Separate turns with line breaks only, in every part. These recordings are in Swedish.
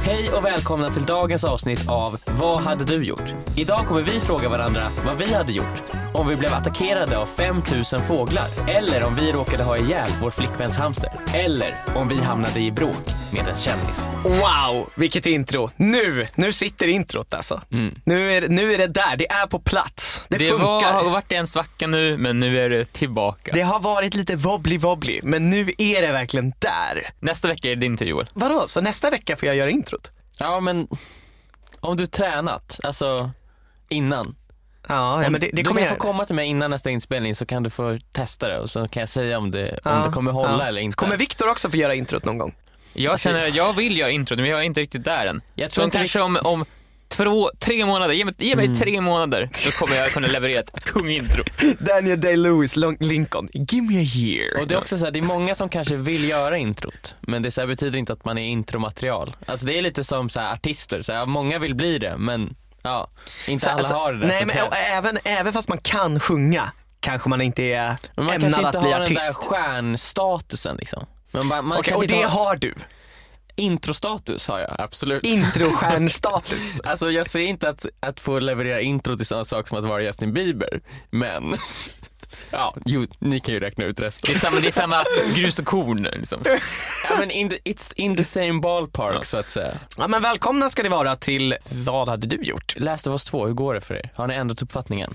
Hej och välkomna till dagens avsnitt av Vad hade du gjort? Idag kommer vi fråga varandra vad vi hade gjort om vi blev attackerade av 5000 fåglar eller om vi råkade ha ihjäl vår flickväns hamster eller om vi hamnade i bråk med en kändis.
Wow, vilket intro. Nu, nu sitter introt alltså.
Mm.
Nu, är, nu är det där, det är på plats. Det,
Det
funkar.
var, har varit en svacka nu, men nu är det tillbaka.
Det har varit lite wobbly-wobbly, men nu är det verkligen där.
Nästa vecka är det din tur Joel.
Vadå, så nästa vecka får jag göra introt?
Ja men om du tränat, alltså innan.
Ja, ja men det, det
du
kommer
kan
jag
få
göra.
komma till mig innan nästa inspelning så kan du få testa det och så kan jag säga om det, om
Ja,
det kommer hålla
ja.
eller inte.
Kommer Viktor också få göra introt någon gång?
Jag känner att jag vill göra intro men jag är inte riktigt där än.
Jag tror
så
inte
kanske om, om två, tre månader, ge mig, ge mig tre månader så kommer jag kunna leverera ett kung-intro.
Daniel Day-Lewis, Lon- Lincoln, give me a year.
Och det är också så här, det är många som kanske vill göra introt, men det så här betyder inte att man är intromaterial. Alltså det är lite som så här artister, så här, många vill bli det, men ja, inte alla
Alltså,
har det där
Nej,
som
men
krävs.
ä- även, även fast man kan sjunga kanske man inte är
Men man
ämnad
kanske inte
att bli
har den där
artist.
stjärnstatusen liksom. Men man, man
Okej,
kanske
och
inte
det
har...
har du.
Introstatus har jag, absolut.
Introstjärnstatus.
Alltså jag säger inte att, att få leverera intro till samma sak som att vara Justin Bieber, men ja, jo, ni kan ju räkna ut
Det
resten.
är samma, det är samma grus och korn liksom.
ja, men in the, it's in the same ballpark så att säga.
Ja, men välkomna ska ni vara till Vad hade du gjort?
Last of us 2, hur går det för er? Har ni ändrat uppfattningen?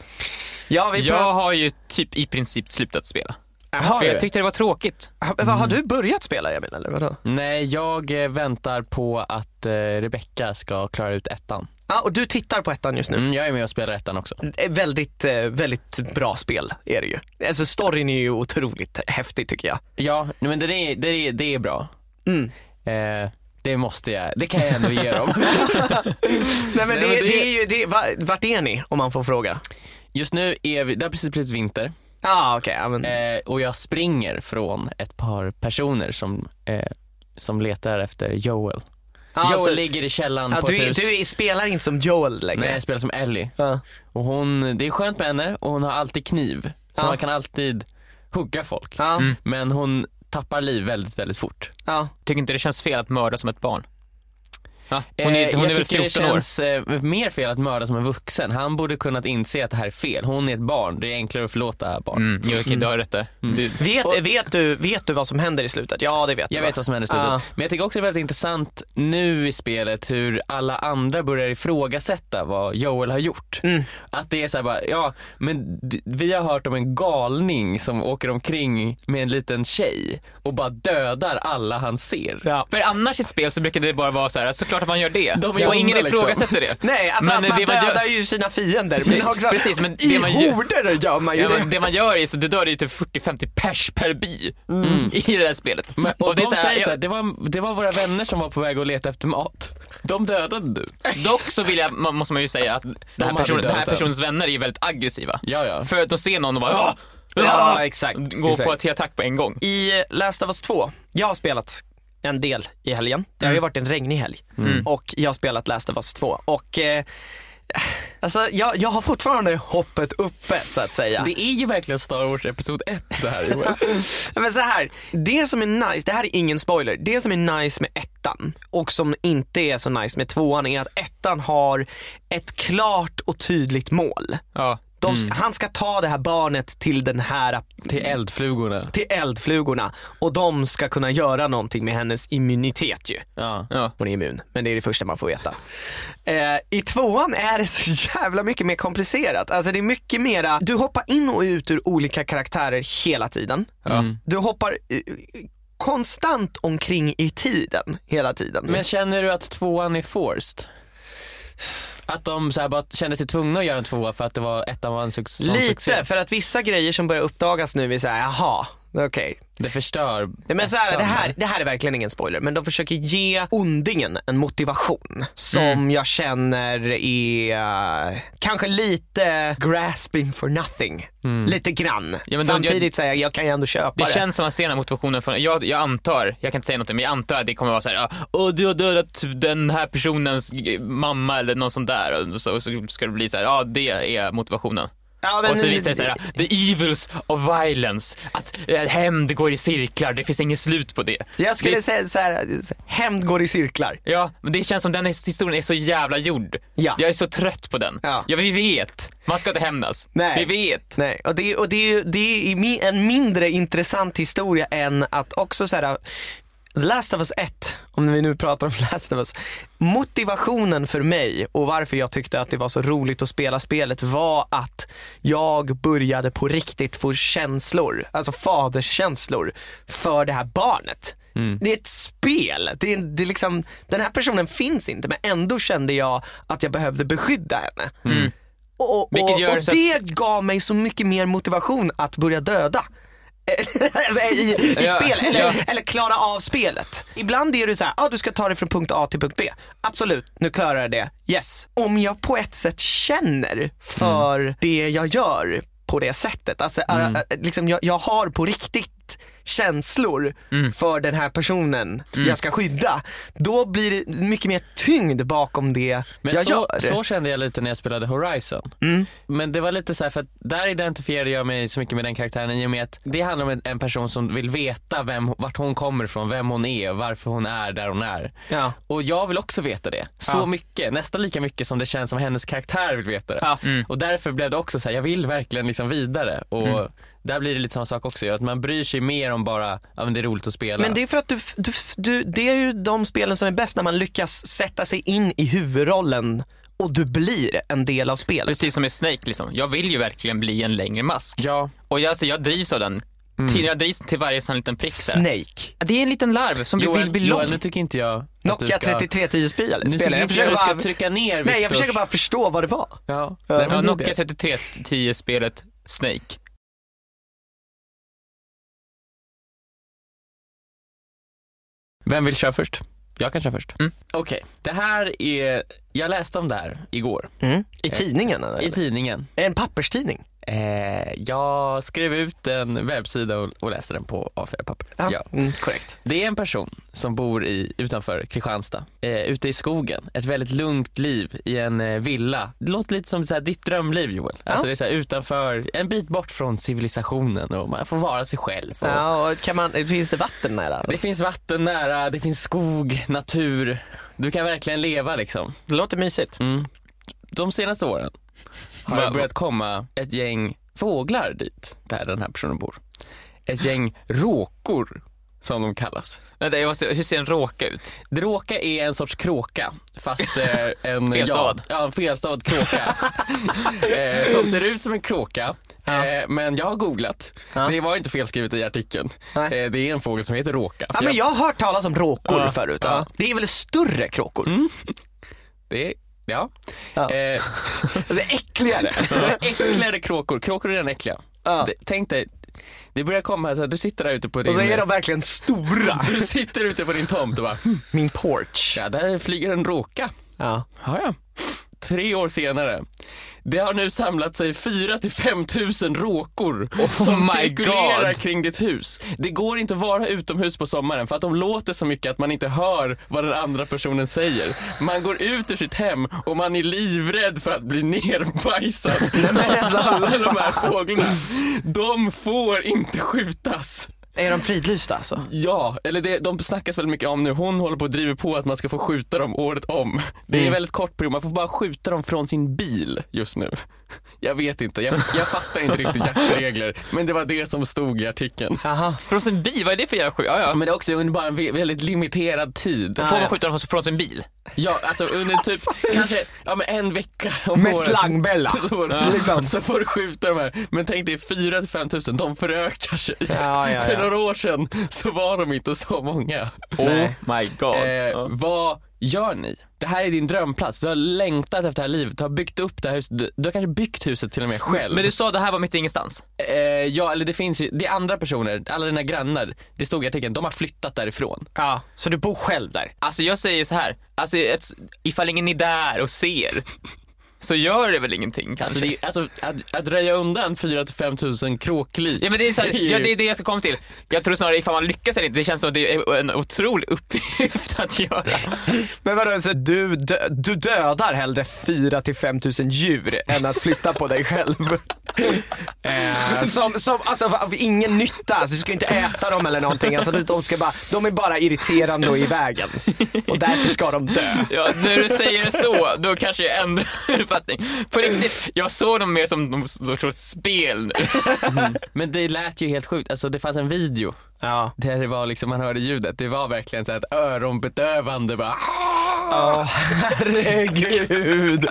Ja, vi
Jag har ju typ i princip slutat spela.
pratar- Har,
För
du?
jag tyckte det var tråkigt.
Ha- vad, har du börjat spela Emil eller vadå?
Nej, jag eh, väntar på att eh, Rebecca ska klara ut ettan.
Ja, och du tittar på ettan just nu.
Mm, jag är med och spelar ettan också.
Det är Väldigt, eh, väldigt bra spel är det ju. Alltså storyn är ju otroligt häftig tycker jag.
Ja, nej, men det är, det är, det är bra.
Mm.
Eh, det måste jag, det kan jag ändå ge dem.
Nej men det,
Nej, men
det...
det-
är ju, det, va- vart är ni om man får fråga?
Just nu är vi, det har precis blivit vinter
Ah, okej, ja, men-
eh, och jag springer från ett par personer som, eh, som letar efter Joel.
Ja,
Joel
så-
ligger i källaren
alltså- ja,
på
du,
ett
är-
hus.
du är- spelar inte som Joel längre.
Nej, jag spelar som Ellie.
Ja.
Och hon, det är skönt med henne och hon har alltid kniv. Så
Ja.
man kan alltid hugga folk.
Ja,
Men hon tappar liv väldigt, väldigt fort.
ja.
Tycker inte det känns fel att mörda som ett barn. Ja, hon
Eh,
är, hon
jag
är väl
tycker
14
det känns eh, mer fel att mörda som en vuxen. Han borde kunnat inse att det här är fel. Hon är ett barn, det är enklare att förlåta barn. Mm.
år. Mm, jo, okej, du har rätt där. Du,
Vet, vet, du, vet du vad som händer i slutet? Ja det vet
Jag
du va?
vet vad som händer i slutet.
Ja.
Men jag tycker också det är väldigt intressant nu i spelet hur alla andra börjar ifrågasätta vad Joel har gjort. Att det är såhär bara, ja men d- vi har hört om en galning som åker omkring med en liten tjej och bara dödar alla han ser.
Ja.
För annars i spel så brukar det bara vara så här, såklart att man gör det.
De är
och
onda,
ingen
liksom.
ifrågasätter det.
Nej, alltså att man
det
dödar
gör,
ju sina fiender. Men också,
Precis, men
I
det man gör-
horder gör man ju
ja,
det.
men det man gör är så, du dör ju typ 40-50 pers per by i det där spelet.
Mm. Men, och,
det
de
är så här,
säger så här,
jag,
det, var, det var våra vänner som var på väg att leta efter mat. De dödade du.
dock så vill jag, man, måste man ju säga att den här,
hade
personen, den här
dödat
personens vänner är väldigt aggressiva.
Ja, ja.
För att de ser någon och bara "Åh!
Ja,
Åh!"
exakt.
Går
exakt.
på ett attack på en gång.
I Last of Us 2, jag har spelat en del i helgen. Det
Mm.
har ju varit en regnig helg. Och jag har spelat Last of Us 2. Och eh, alltså, jag, jag har fortfarande hoppet uppe så att säga.
Det är ju verkligen Star Wars Episod 1 det här Joel.
Men så här, det som är nice, det här är ingen spoiler, det som är nice med ettan och som inte är så nice med tvåan är att ettan har ett klart och tydligt mål.
Ja.
De, ska-
Mm.
Han ska ta det här barnet till den här
Till eldflugorna.
till eldflugorna och de ska kunna göra någonting med hennes immunitet ju.
Ja.
Ja.
Hon är immun, men det är det första man får veta. Eh, I tvåan är det så jävla mycket mer komplicerat. Alltså det är mycket mera, du hoppar in och ut ur olika karaktärer hela tiden.
Mm.
Du hoppar eh, konstant omkring i tiden hela tiden.
Men känner du att tvåan är forced? Att de så här bara kände sig tvungna att göra en tvåa för att det var, ettan var en suc- sån
Lite,
succé?
för att vissa grejer som börjar uppdagas nu är såhär, jaha, okej.
Det förstör.
Nej, Men så här, det, här, det här är verkligen ingen spoiler, men de försöker ge ondingen en motivation som
Mm.
jag känner är eh, kanske lite grasping for nothing. Lite grann.
Mm. Ja, men de-
Samtidigt säger jag, jag kan ju ändå köpa
Det
det.
känns som att man ser den här motivationen från, jag, jag antar, jag kan inte säga någonting, men jag antar att det kommer vara så här, "Ja, åh du har dödat typ den här personens g- mamma eller någon sån där. Och så, och så ska det bli så här, ja det är motivationen.
Ja, men-
och så visar det sig här, the evils of violence, att eh, hämnd går i cirklar, det finns inget slut på det.
Jag skulle
det,
säga så här, hämnd går i cirklar.
Ja, men det känns som den historien är så jävla gjord.
Ja.
Jag är så trött på den.
Ja.
vi vet. Man ska inte hämnas.
Nej.
Vi vet.
Nej, och det, och det, är ju- det är ju mi- en mindre intressant historia än att också så här, uh, Last of us 1, om vi nu pratar om Last of us. Motivationen för mig och varför jag tyckte att det var så roligt att spela spelet var att jag började på riktigt få känslor, alltså faderskänslor, för det här barnet. Det är ett spel. Det är, det är liksom, den här personen finns inte men ändå kände jag att jag behövde beskydda henne. Och, och,
Vilket
och,
gör
och
så att-
det gav mig så mycket mer motivation att börja döda. alltså, i, i
Ja,
spel, eller,
ja.
eller klara av spelet. Ibland är det så här, ah, du ska ta dig från punkt A till punkt B. Absolut, nu klarar jag det. Yes. Om jag på ett sätt känner för
Mm.
det jag gör på det sättet, alltså äh, liksom, jag, jag har på riktigt känslor
Mm.
för den här personen jag ska skydda. Då blir det mycket mer tyngd bakom det
Men
jag
så,
gör.
så kände jag lite när jag spelade Horizon. Men det var lite så här för att där identifierade jag mig så mycket med den karaktären i och med att det handlar om en, en person som vill veta vem, vart hon kommer ifrån, vem hon är och varför hon är där hon är.
Ja.
Och jag vill också veta det. Så mycket, nästan lika mycket som det känns som hennes karaktär vill veta det.
Ja.
Och därför blev det också så här, jag vill verkligen liksom vidare. Och
Mm.
där blir det lite samma sak också, att man bryr sig mer om bara, ja men det är roligt att spela.
Men det är för att du, du, du, det är ju de spelen som är bäst när man lyckas sätta sig in i huvudrollen och du blir en del av spelet.
Precis som i Snake, liksom. jag vill ju verkligen bli en längre mask.
Ja.
Och jag, alltså, jag drivs av den. Till, jag drivs till varje sån liten prick. där.
Mm. Snake.
Det är en liten larv som vill
Joel,
bli
Joel, nu
lång.
tycker inte jag att du
Nokia
ska...
3310 spelet.
Nu tycker
spelet.
jag
Jag
försöker
försöker
du ska
bara,
trycka ner
nej, jag
Viktors-
försöker bara förstå vad det var.
Ja,
Ja,
Ja,
men det är
Nokia
det.
3310-spelet Snake.
Vem vill köra först? Jag kan köra först.
Mm.
Okej, det här är, jag läste om det här igår
I tidningen eller?
Mm. Eh, i tidningen.
en papperstidning.
Eh, jag skrev ut en webbsida och, och läste den på A4-papper. Ja.
Mm, korrekt.
Det är en person som bor i, utanför Kristianstad, eh, ute i skogen. Ett väldigt lugnt liv i en eh, villa. Det låter lite som så här, ditt drömliv Joel. Alltså det är så här, utanför, en bit bort från civilisationen och man får vara sig själv. Och,
Ja, och kan man, finns det vatten nära?
Det finns vatten nära, det finns skog, natur. Du kan verkligen leva liksom. Mm.
Det låter mysigt.
De senaste åren har det börjat komma ett gäng fåglar dit, där den här personen bor. Ett gäng råkor, som de kallas.
Vänta, jag måste, hur ser en råka ut?
Det råka är en sorts kråka, fast eh, en...
Felstavad.
Ja, ja, en felstavad kråka. eh, som ser ut som en kråka, eh, men jag har googlat. Det var inte felskrivet i artikeln. Eh,
Nej.
det är en fågel som heter råka.
Ja, men jag har hört talas om råkor
Ja.
förut.
Ja. Mm.
Det är väl större kråkor?
Det, ja.
Ja.
Eh,
Det är äckligare.
Äckligare kråkor. Kråkor är redan äckliga.
Ja.
Det- Tänk dig, det börjar komma så här, du sitter där ute på
Och
din...
så är de verkligen stora.
Du sitter ute på din tomt och bara, "Hm,
Min porch.
ja, där flyger en råka.
Ja.
Ja, ja. Tre år senare. Det har nu samlat sig 4 till 5 tusen råkor som
Oh my
cirkulerar
God.
kring ditt hus. Det går inte att vara utomhus på sommaren för att de låter så mycket att man inte hör vad den andra personen säger. Man går ut ur sitt hem och man är livrädd för att bli nerbajsad. Alla de här fåglarna, de får inte skjutas.
Är de fridlysta alltså?
Ja, eller det, de snackas väldigt mycket om nu. Hon håller på och driver på att man ska få skjuta dem året om. Det är en väldigt kort period, man får bara skjuta dem från sin bil just nu. Jag vet inte, jag, jag fattar inte riktigt jaktregler. Men det var det som stod i artikeln.
Aha.
Från sin bil? Vad är det för jävla sjukt? Ja, ja.
Men det är också under bara en ve- väldigt limiterad tid.
Får man skjuta dem från, från sin bil?
Ja, alltså under typ kanske ja, men en vecka om
Med
året.
slangbella.
Så får, du-
Liksom.
så får du skjuta de här. Men tänk dig 4 till 5 tusen, de förökar sig.
Ja, ja,
För
ja.
några år sedan så var de inte så många.
Oh my god.
Eh, vad gör ni? Det här är din drömplats, du har längtat efter det här livet, du har byggt upp det här huset, du, du har kanske byggt huset till och med själv.
Men du sa det här var mitt i ingenstans?
eh, ja, eller det finns ju, det är andra personer, alla dina grannar, det stod i artikeln, de har flyttat därifrån.
Ja, så du bor själv där?
Alltså jag säger så här, alltså, ett, ifall ingen är där och ser, så gör det väl ingenting kanske.
Alltså, det, är- alltså att, att röja undan 4 till 5 tusen kråkliv.
Ja men det är, så här, ja, det är det jag ska komma till. Jag tror snarare ifall man lyckas eller inte, det känns som att det är en otrolig uppgift att göra.
Men vadå, så du, dö- du dödar hellre 4 till 5 tusen djur än att flytta på dig själv? eh, som, som, alltså av ingen nytta, alltså, du ska ju inte äta dem eller någonting. Alltså, de, ska bara, de är bara irriterande och i vägen. Och därför ska de dö.
Ja, när du säger det så, då kanske jag ändrar uppfattning. På riktigt, jag såg dem mer som något sorts spel nu.
Men det lät ju helt sjukt, alltså det fanns en video
Ja.
där det var liksom, man hörde ljudet, det var verkligen så här ett öronbedövande bara
Ja, herregud.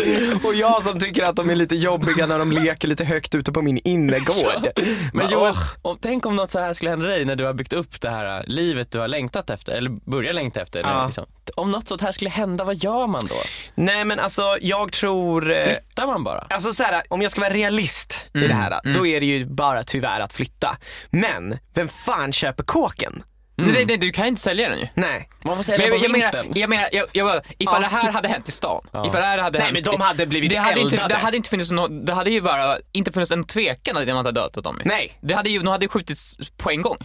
Och jag som tycker att de är lite jobbiga när de leker lite högt ute på min innergård.
Men
Bara,
Joel,
"Åh."
om, tänk om något så här skulle hända dig när du har byggt upp det här äh, livet du har längtat efter, eller börjar längta efter. nu,
Ja.
Liksom. T- Om något sånt här skulle hända, vad gör man då?
Nej men alltså jag tror... eh,
Flyttar man bara?
Alltså så här, om jag ska vara realist
Mm,
i det här, då är det ju bara tyvärr att flytta. Men, vem fan köper kåken?
Nej, nej, du kan ju inte sälja den ju.
Nej.
Man får
Men
sälja
jag,
på
jag menar,
vintern.
jag menar jag, jag bara, ifall
Ja.
det här hade hänt i stan. Ifall det här hade
Nej,
hänt,
men de hade blivit
det hade inte,
eldade.
det hade inte funnits någon, det hade ju bara inte funnits en tvekan att man hade dödat dem ju.
Nej.
Det hade ju, de hade ju skjutits på en gång.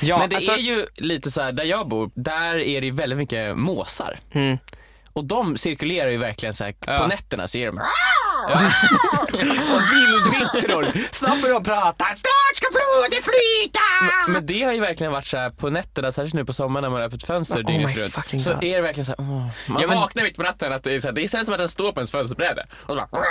Ja,
Men det
alltså,
är ju lite så här, där jag bor, där är det väldigt mycket måsar. Och de cirkulerar ju verkligen så här, på
Ja.
nätterna så är de
som vildvittror. Snabbt börjar de prata. Snart ska blodet flyta!
Men det har ju verkligen varit så här på nätterna, särskilt nu på sommaren när man har öppet fönster
Oh
dygnet
my fucking
runt. Så
God.
är det verkligen så här, åh. Man
Ja, men-
vaknar mitt på natten att det är så här, det känns som att den står på ens fönsterbräde. Och så bara,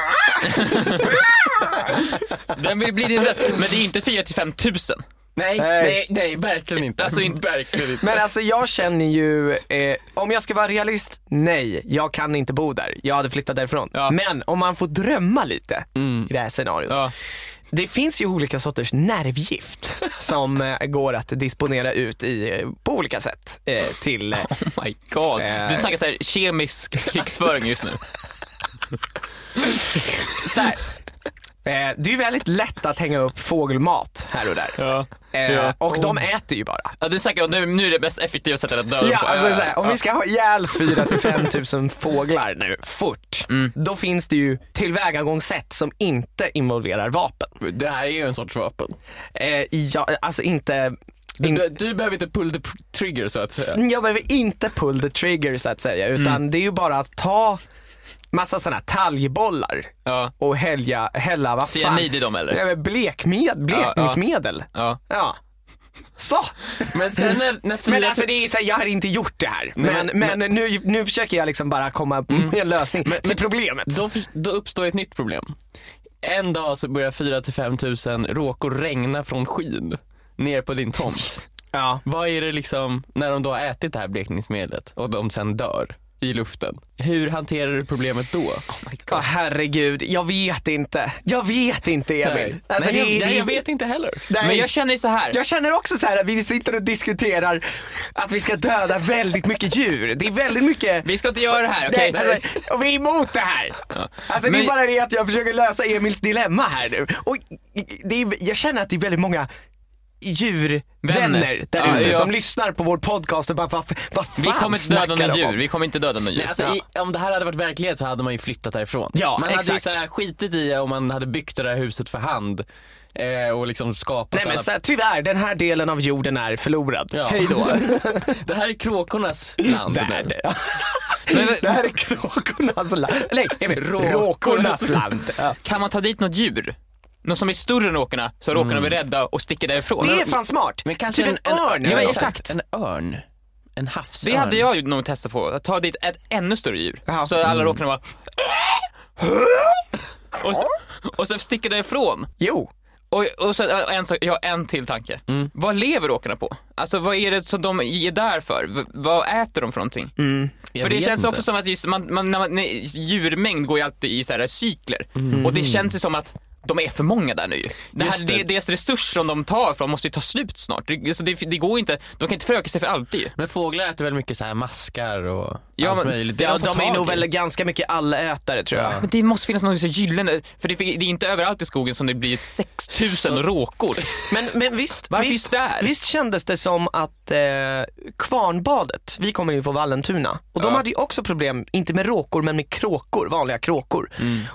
Den blir, blir det, men det är ju inte 4 till 5 tusen.
nej,
Nej.
nej, nej, verkligen inte.
Alltså, inte-
verkligen inte.
Men alltså jag känner ju, eh, om jag ska vara realist, nej, jag kan inte bo där. Jag hade flyttat därifrån.
Ja. Mm.
Men om man får drömma lite i det här scenariot.
Ja.
Det finns ju olika sorters nervgift som eh, går att disponera ut i, eh, på olika sätt eh, till eh,
Oh my god. Du snackar såhär kemisk krigsföring just nu.
så här. Eh, det är ju väldigt lätt att hänga upp fågelmat här och där.
Ja.
Eh, Och de äter ju bara.
Ja, du snackar om nu, nu är det mest effektiva sättet att döda dem
Ja,
på.
alltså, så här, om vi ska ha ihjäl 4 till 5 tusen fåglar nu, fort, då finns det ju tillvägagångssätt som inte involverar vapen.
Det här är ju en sorts vapen.
Eh, ja, alltså inte... In,
Du, du behöver inte pull the pr- trigger så att säga.
jag behöver inte pull the trigger så att säga, utan det är ju bara att ta massa sådana här talgbollar
Ja.
och hälja, hälla, vad fan.
Cyanid i dem eller?
Ja, men Blekmed, blekningsmedel. Ja.
Ja.
Så!
Men sen när, när fyra...
Men alltså det är så här, jag har inte gjort det här. Men,
men- Mm.
men, nu, nu försöker jag liksom bara komma på en lösning till problemet.
då, för- då uppstår ett nytt problem. En dag så börjar 4 till 5 tusen råkor regna från skyn ner på din tomt.
Ja.
Vad är det liksom, när de då har ätit det här blekningsmedlet och de sen dör i luften. Hur hanterar du problemet då?
Ja herregud, jag vet inte. Jag vet inte Emil.
Nej.
Alltså,
nej,
det är-
jag, nej,
det är-
jag vet inte heller.
Nej.
Men jag känner ju så här.
Jag känner också så här att vi sitter och diskuterar att vi ska döda väldigt mycket djur. Det är väldigt mycket
Vi ska inte göra det här, okej?
Nej, alltså, och vi är emot det här. Alltså, Det är
Men-
bara det att jag försöker lösa Emils dilemma här nu. Och det är, jag känner att det är väldigt många djurvänner
Vänner.
där ute
Ja, ja.
som lyssnar på vår podcast och bara, vad, vad fan
Vi kommer inte döda
snackar
några
de om?"
djur. Vi kommer inte döda några djur.
Nej, alltså, i, om det här hade varit verklighet så hade man ju flyttat därifrån.
Ja,
man hade ju
exakt.
så här skitit i om man hade byggt det där huset för hand eh, och liksom skapat
Nej men
alla
så här, tyvärr, den här delen av jorden är förlorad.
Ja.
Hej då.
Det här är kråkornas land nu.
Värld.
Men-
Det här är kråkornas land. Nej, Emil,
Råkornas-
råkornas land. Ja.
Kan man ta dit något djur? Något som är större än råkorna, så råkorna blir rädda och sticker därifrån.
Det är fan smart.
Men kanske
typ en, örn.
Ja,
eller
men
något.
exakt. En örn. En havsörn.
Det hade jag ju nog testat på. Att ta dit ett ännu större djur.
Jaha.
Så alla råkorna bara... Och så, och så sticker därifrån.
Jo.
Och, och så, äh, en, sak- jag har en till tanke. Vad lever råkorna på? Alltså vad är det som de är där för? V, vad äter de för någonting?
Jag
För det
vet
känns
inte.
också som att just, man, man, när man, nej, djurmängd går ju alltid i så här cykler. Och det känns ju som att de är för många där nu det här,
Mm. Just det.
det. Deras resurser som de tar från måste ju ta slut snart. Det, så det, det går inte, de kan inte föröka sig för alltid ju.
Men fåglar äter väl mycket så här maskar och
Ja,
allt
men-
möjligt. Det
Ja,
får
de är
tag i.
nog väl ganska mycket allätare tror jag.
Ja.
Men det måste finnas något så gyllene, för det, det är inte överallt i skogen som det blir 6000 råkor.
Men, men visst,
Varför
visst,
just där?
visst kändes det som att att eh, Kvarnbadet, vi kommer ju från Vallentuna och de
Ja.
hade ju också problem, inte med råkor men med kråkor, vanliga kråkor.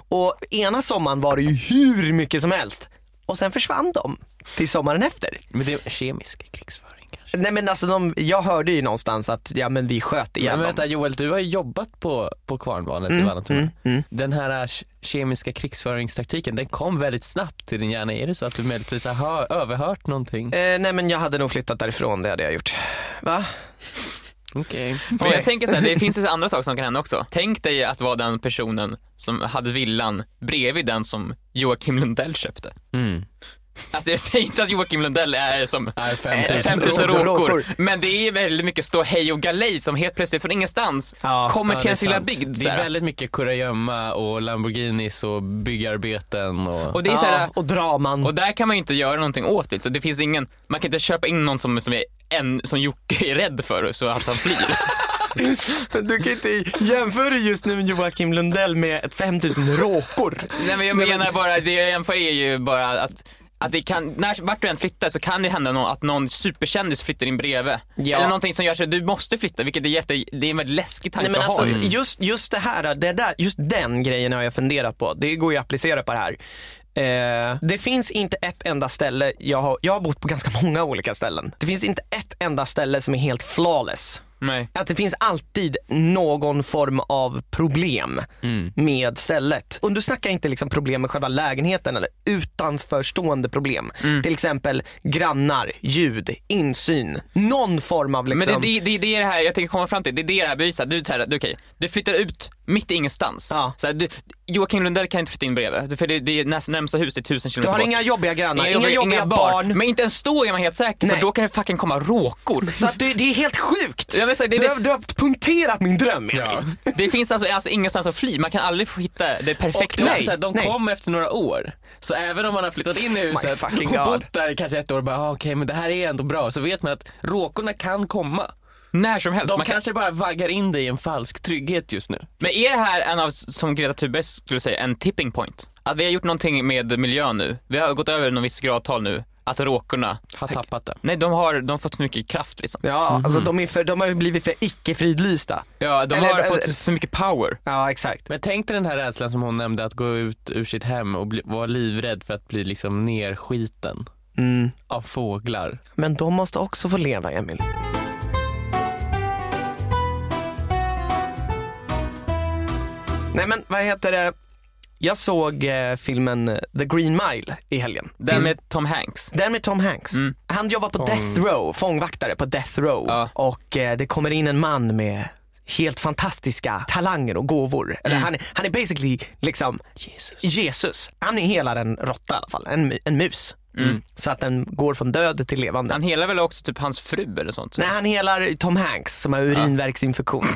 Och ena sommaren var det ju hur mycket som helst och sen försvann de till sommaren efter.
Men det är kemisk krigsföring kanske.
Nej men alltså de, jag hörde ju någonstans att ja men vi sköt
Ja,
igen
men
dem. Mm,
vänta Joel, du har ju jobbat på, på Kvarnbadet i Vallentuna. Den här eh, kemiska krigsföringstaktiken, den kom väldigt snabbt till din hjärna. Är det så att du möjligtvis har hör, överhört någonting?
Eh, nej men jag hade nog flyttat därifrån, det hade jag gjort. Va?
Okej.
Men jag tänker så här, det finns ju andra saker som kan hända också. Tänk dig att vara den personen som hade villan bredvid den som Joakim Lundell köpte.
Mm.
Alltså jag säger inte att Joakim Lundell är som
Nej, 5000.
5000
råkor.
Eh, råkor. men det är väldigt mycket stå hej och galej som helt plötsligt från ingenstans
Ja,
kommer
Ja,
till
det är
ens lilla
sant.
bygd.
Det
så
är
här.
väldigt mycket kurragömma och Lamborghinis och byggarbeten och...
Och det är så här,
ja, och draman.
och där kan man ju inte göra någonting åt det. Så det finns ingen, man kan inte köpa in någon som, som, är en, som Jocke är rädd för så att han flyr.
Du kan inte jämföra just nu Joakim Lundell med 5000 råkor.
Nej men jag menar bara, det jag jämför är ju bara att att det kan, när, vart du än flyttar så kan det hända någon, att någon superkändis flyttar in bredvid.
Ja.
Eller någonting som gör så att du måste flytta, vilket är, jätte, det är en väldigt läskig tanke
Nej, men
att ha.
alltså, just, just det här, det där, just den grejen har jag funderat på. Det går ju att applicera på det här. Eh, det finns inte ett enda ställe, jag har, jag har bott på ganska många olika ställen. Det finns inte ett enda ställe som är helt flawless.
Nej.
Att det finns alltid någon form av problem
Mm.
med stället. Och du snackar inte liksom problem med själva lägenheten eller utanförstående problem.
Mm.
Till exempel grannar, ljud, insyn. Någon form av
Men
liksom...
det, det, det, det är det här jag tänker komma fram till, det är det det här bevisar. Du, så här, du, okej, du flyttar ut mitt i ingenstans.
Ja.
Så här, du, Joakim Lundell kan inte flytta in bredvid, för det, det är näst, närmsta hus är tusen
du
kilometer
har
bort.
inga jobbiga grannar, inga, jobbiga barn.
barn. Men inte ens då är man helt säker,
Nej.
för då kan det fucking komma råkor.
Så att det, det är helt sjukt!
Jag vill säga, det,
Du,
det,
har, du har punkterat min dröm Emil.
det finns alltså, alltså ingenstans att fly, man kan aldrig få hitta det
Och
perfekta
det är också
Nej,
så här, de
nej.
kom efter några år. Så även om man har flyttat in i huset
fucking
och
God.
bott där i kanske ett år och bara, ah, okej men det här är ändå bra. Så vet man att råkorna kan komma.
när som helst.
De
Man kan,
kanske bara vaggar in dig i en falsk trygghet just nu.
men är det här en av, som Greta Thunberg skulle säga, en tipping point? Att vi har gjort någonting med miljön nu, vi har gått över någon viss gradtal nu, att råkorna,
Har tappat det.
nej de har, de har fått för mycket kraft liksom.
Ja, alltså de, är för, de har ju blivit för icke-fridlysta.
Ja, de
Eller-
har
eller-
fått för mycket power.
Ja, exakt.
Men tänk dig den här rädslan som hon nämnde, att gå ut ur sitt hem och bli, vara livrädd för att bli liksom nerskiten
Mm.
av fåglar.
Men de måste också få leva, Emil. Nej men vad heter det? Jag såg eh, filmen The Green Mile i helgen.
Den med Tom Hanks.
Den med Tom Hanks. Han jobbar på Death Row, fångvaktare på Death Row.
Ja.
Och eh, det kommer in en man med helt fantastiska talanger och gåvor. Eller han, är- han är basically liksom Jesus. Han är hela en råtta i alla fall, en, mu- en mus. Så att den går från död till levande.
Han helar väl också typ hans fru eller sånt?
Nej, han helar Tom Hanks som har urinverksinfektion.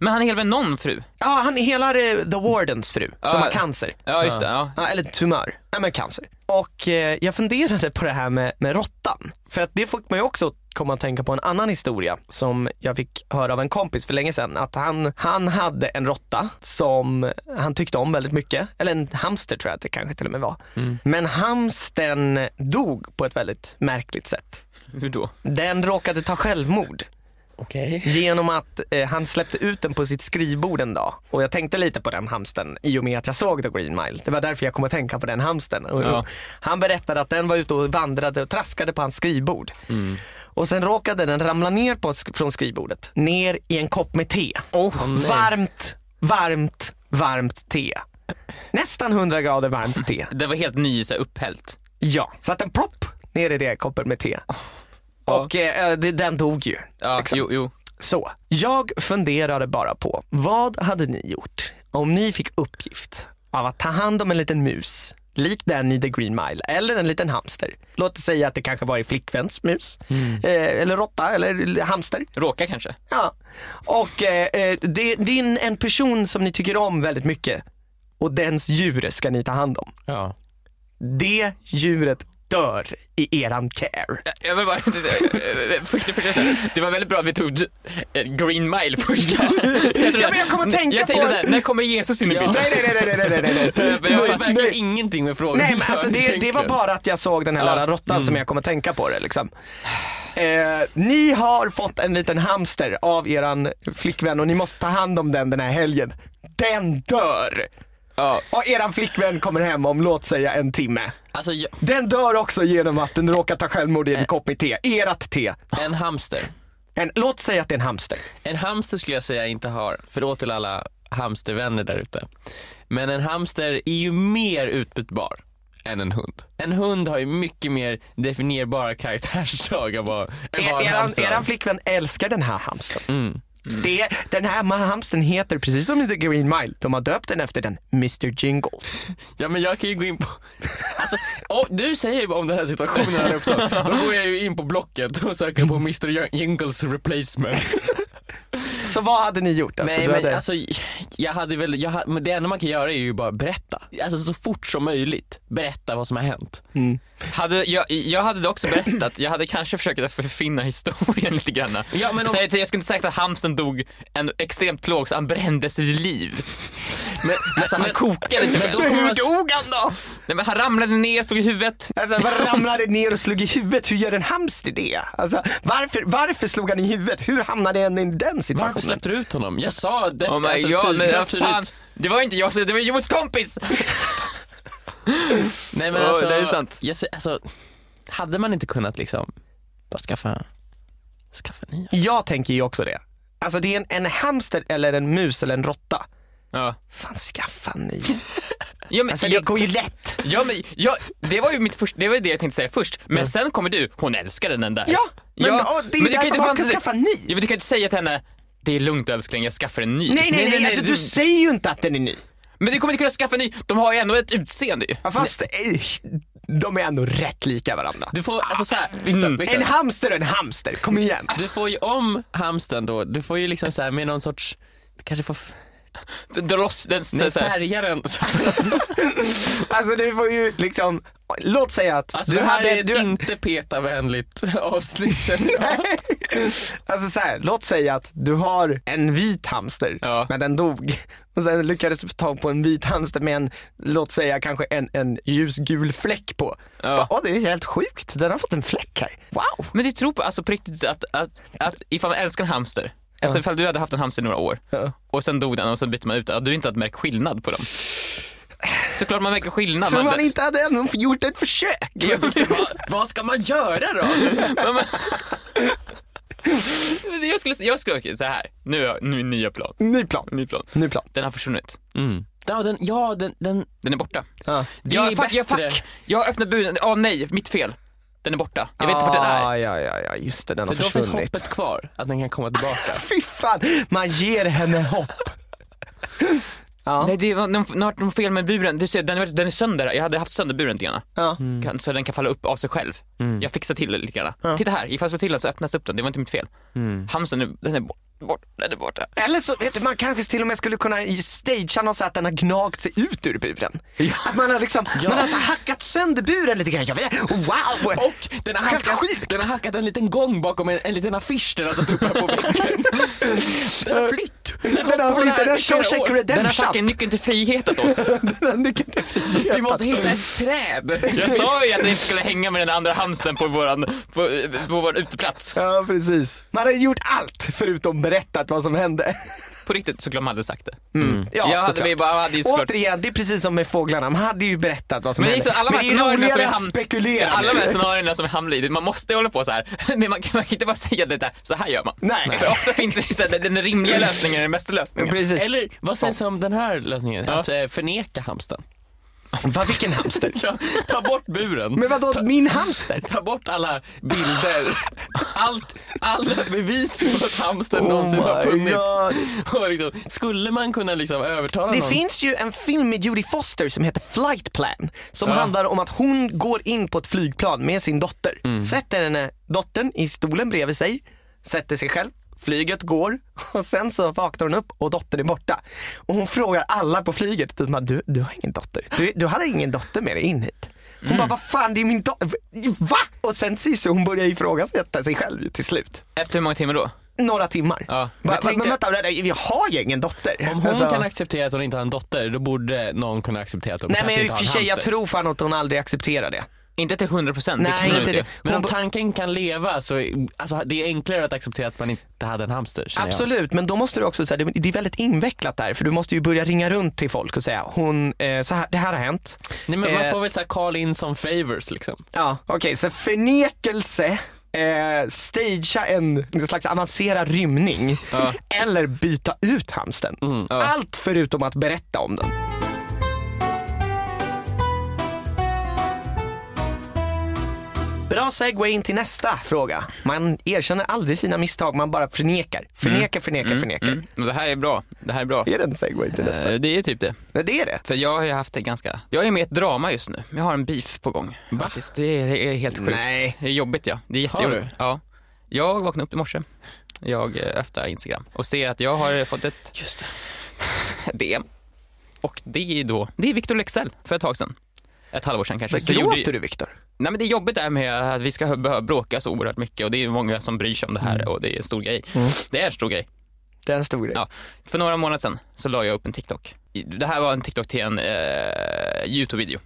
Men han helar väl någon fru?
Ja, han helar eh, The Wardens fru som
Ja.
har cancer.
Ja, just det. Ja.
Ja, eller tumör. Nej men cancer. Och eh, jag funderade på det här med, med råttan. För att det fick mig också att komma att tänka på en annan historia som jag fick höra av en kompis för länge sedan. Att han, han hade en råtta som han tyckte om väldigt mycket. Eller en hamster tror jag att det kanske till och med var. Men hamsten dog på ett väldigt märkligt sätt.
Hur då?
Den råkade ta självmord.
Okej.
Genom att eh, han släppte ut den på sitt skrivbord en dag. Och jag tänkte lite på den hamsten i och med att jag såg The Green Mile. Det var därför jag kom att tänka på den hamsten. Och,
Ja.
och, han berättade att den var ute och vandrade och traskade på hans skrivbord. Och sen råkade den ramla ner på, sk- från skrivbordet, ner i en kopp med te. Mm.
Oh.
nej.
varmt, varmt, varmt te. Nästan 100 grader varmt te.
Det var helt ny, så här, upphällt.
Ja, så att en propp ner i det koppen med te.
Ja.
Och eh, det, den dog ju.
Ja, jo, jo.
Så, jag funderade bara på, vad hade ni gjort om ni fick uppgift av att ta hand om en liten mus, lik den i The Green Mile, eller en liten hamster. Låt oss säga att det kanske var en flickväns mus,
Mm.
eh, eller råtta, eller hamster.
Råka kanske?
Ja. Och eh, eh, det, det är en person som ni tycker om väldigt mycket och dens djur ska ni ta hand om.
Ja.
Det djuret dör i eran care.
Jag vill bara inte säga, eh, först, först, jag säger, det var väldigt bra att vi tog eh, Green Mile först. Jag, trodde-
Ja, men jag kommer att tänka
jag tänkte
på-
såhär, när kommer Jesus in i bilden?
Nej, nej, nej, nej, nej, nej, nej, nej.
Men jag har verkligen
nej.
ingenting med frågan
Nej
att
men alltså
göra
det, det
egentligen. Mm.
var bara att jag såg den här lilla råttan som jag kom att tänka på det liksom. Eh, ni har fått en liten hamster av eran flickvän och ni måste ta hand om den den här helgen. Den dör!
Ja.
Och eran flickvän kommer hem om låt säga en timme.
Alltså, jag,
Den dör också genom att den råkar ta självmord i
Eh.
en kopp i te. Erat te.
en hamster.
En, låt säga att det är en hamster.
En hamster skulle jag säga inte har, förlåt till alla hamstervänner där ute. Men en hamster är ju mer utbytbar än en hund. En hund har ju mycket mer definierbara karaktärsdrag än vad än
Er,
vad en
eran,
hamster Mm. har.
eran flickvän älskar den här hamstern. Mm. Det, den här hamstern heter precis som The Green Mile, de har döpt den efter den, Mr Jingles.
Ja men jag kan ju gå in på, alltså, oh, du säger ju om den här situationen här uppstått, då går jag ju in på Blocket och söker på Mr Jingles replacement.
Alltså,
Så vad hade ni gjort? Alltså,
Nej
du
men
hade...
alltså, jag hade väl, jag, ha- men det enda man kan göra är ju bara berätta. Alltså så fort som möjligt, berätta vad som har hänt.
Hade, jag, jag hade det också berättat, jag hade kanske försökt att förfina historien lite grann.
Ja, men om-
Så jag, jag skulle inte sagt att hamsen dog en extremt plåg, så han brändes vid liv.
Men, men,
Så han kokade sig
men då
själv.
kommer
Hur
jag-
dog han då?
Nej, men han ramlade ner, slog i huvudet.
Alltså, bara ramlade ner och slog i huvudet, hur gör en hamster det? Alltså, varför, varför slog han i huvudet? Hur hamnade han i den
Varför
situationen?
släppte du ut honom? Jag sa det
Oh my
alltså,
god, men
tydligt,
ja,
tydligt.
fan. Det var inte jag, så det var Joels kompis!
Nej men
Ja,
alltså,
Oh, det är sant.
Jag, sä- alltså, hade man inte kunnat liksom, bara skaffa, skaffa nya?
Jag tänker ju också det. Alltså det är en, en hamster eller en mus eller en råtta.
Ja.
Fan skaffa ny.
Ja, men,
Alltså det
jag,
går ju lätt.
ja, men, ja, det var ju mitt först, det var ju det jag tänkte säga först, men sen kommer du, hon älskade den där.
Ja, men,
Ja,
och det är
men du kan ju
därför
inte
man
fan
ska
se-
skaffa ny.
Ja, men du kan ju inte säga till henne, det är lugnt älskling, jag skaffar en ny.
Nej, nej, nej, alltså, du,
du-
säger ju inte att den är ny.
Men du kommer inte kunna skaffa en ny, de har ju ändå ett utseäende ju.
Ja, fast eh, de är ändå rätt lika varandra.
Du får, alltså såhär, Viktor,
Mm.
Viktor.
En hamster och en hamster, kom igen.
Du får ju om hamsten då, du får ju liksom såhär med någon sorts, du kanske får, f-
Dra loss den så,
nej,
så här.
färga den.
Alltså du får ju liksom, låt säga att
Alltså
du
det här
hade...
är ett
du,
inte PETA-vänligt avsnitt känner jag.
Alltså så här, låt säga att du har en vit hamster,
Ja.
men den dog. Och sen lyckades du få tag på en vit hamster med en, låt säga kanske en, en ljusgul fläck på.
Ja.
Bara, Åh, det är helt sjukt, den har fått en fläck här. Wow!
Men du tror på, alltså på riktigt att, att, att ifall man älskar en hamster, alltså ifall du hade haft en hamster i några år
Ja.
och sen dog den och så byter man ut den, att du inte hade märkt skillnad på dem. Såklart man märker skillnad.
Tror
man-
man inte hade ändå gjort ett försök?
Ja, Viktor, vad, vad ska man göra då?
Men man- Men Jag skulle, jag skulle okej, så här. Nu, har- nu nya plan.
Ny plan,
Ny plan.
ny plan.
Den har försvunnit.
Mm. Ja, den, ja, den, den
Den är borta.
Ja.
det
ja,
är
fuck, ja,
bättre.
fuck! Jag har öppnat buren. Åh nej, mitt fel. Den är borta. Jag vet inte var den är.
Ah, ja, ja, ja, just det, den har
För då finns
försvunnit.
hoppet kvar, att den kan komma tillbaka.
Fy fan, man ger henne hopp. Ja.
Nej, det var, de, de har varit något fel med buren. Du ser, den, är- den är sönder. Jag hade haft sönder buren lite grann.
Mm.
Ja.
Kan- Så den kan falla upp av sig själv.
Mm.
Jag fixar till det lite grann. Titta här, ifall jag slår till den så öppnas upp den. Det var inte mitt fel.
Mm.
Hamsen, nu- den är bort, bort, den är borta.
Eller så, vet du, man kanske till och med skulle kunna stagea något så att den har gnagt sig ut ur buren. Att man har liksom, man har så hackat sönder buren lite grann. Jag vet, wow!
Och den har,
Helt
hackat,
sjukt.
den har hackat en liten gång bakom en, en liten affisch den har satt upp här på väggen. Den har flytt.
Den har
på
blivit
här
en
i flera
Shawshank
år.
Redemption.
Den har fucking nyckeln till frihet åt oss.
Den är inte
Vi måste hitta ett träd.
Jag sa ju att jag inte skulle hänga med den andra hamsten på våran, på, på vår uteplats.
Ja, precis. Man har gjort allt förutom berättat vad som hände.
På riktigt såklart man hade sagt det.
Mm.
Ja,
jag hade,
såklart.
vi bara, hade ju såklart,
Återigen, det är precis som med fåglarna. Man hade ju berättat vad som
Men det är
hände.
så alla de
Men
här
det är
scenarierna som vi
roligare att
hamn-
spekulera.
alla de här scenarierna som vi hamnar i, man måste hålla på så här. men man kan, man kan inte bara säga det där, så här gör man.
Nej.
För ofta finns det ju så här, den rimliga lösningen är den bästa lösningen.
Precis.
Eller vad sägs om den här lösningen? Att eh, förneka hamsten.
Vad, vilken hamster?
Ta bort buren.
Men vadå, min hamster?
Ta bort alla bilder, allt, alla bevis på att hamstern
Oh
någonsin har
my
funnits. Och liksom, skulle man kunna liksom övertala
Det
någon?
finns ju en film med Judy Foster som heter Flight Plan som handlar om att hon går in på ett flygplan med sin dotter.
Mm.
Sätter henne, dottern i stolen bredvid sig, sätter sig själv, flyget går och sen så vaknar hon upp och dottern är borta. Och hon frågar alla på flyget, typ, "Men du, du har ingen dotter. Du, du hade ingen dotter med dig in hit. Hon
Mm.
bara, vad fan det är min dag. Va? Och sen Sisu hon börjar ifrågasätta sig själv ju till slut.
Efter hur många timmar då?
Några timmar.
Ja.
Va-
Men
va-
tänkte-
Men vänta, vänta, vi har ju ingen dotter.
Om hon
Alltså-
kan acceptera att hon inte har en dotter, då borde någon kunna acceptera att hon
Nej
kanske
men i
inte
och
har
för
en
sig, jag
hamster.
tror fan att hon aldrig accepterar det.
Inte till 100 procent.
Nej, inte det.
Men
Hon
om
ba-
tanken kan leva så är- alltså, det är enklare att acceptera att man inte hade en hamster. känner jag.
Absolut, men då måste du också säga, det är väldigt invecklat där för du måste ju börja ringa runt till folk och säga, hon, eh, så här, det här har hänt.
Nej, men
Eh.
man får väl så här call in som favors liksom.
Ja, okej, så förnekelse, eh, stagea en, en slags avancerad rymning eller byta ut hamsten.
Mm,
Allt förutom att berätta om den. Bra segway in till nästa fråga. Man erkänner aldrig sina misstag, man bara förnekar. Förnekar, förnekar, förnekar.
Mm. Men Det här är bra. Det här är bra.
Är det en segway till nästa?
Eh, Det är typ det.
Nej, det är det.
För jag har ju haft det ganska... Jag är med i ett drama just nu. Jag har en beef på gång. Faktiskt. Det är, det är helt sjukt.
Nej.
Det är jobbigt ja. Det är jättejobbigt.
Har
Ja. Jag vaknade upp i morse. Jag eh, öppnar Instagram och ser att jag har fått ett... Just det. DM. Och det är då... Det är Victor Lexell för ett tag sedan. Ett halvår sedan kanske. Så gjorde-
Gråter du Viktor?
Nej men det är jobbigt det här med att vi ska hö- behöva bråka så oerhört mycket och det är många som bryr sig om det här och det är en stor grej. Det är en stor grej.
Det är en stor grej.
Ja. För några månader sedan så la jag upp en TikTok. Det här var en TikTok till en eh, YouTube-video.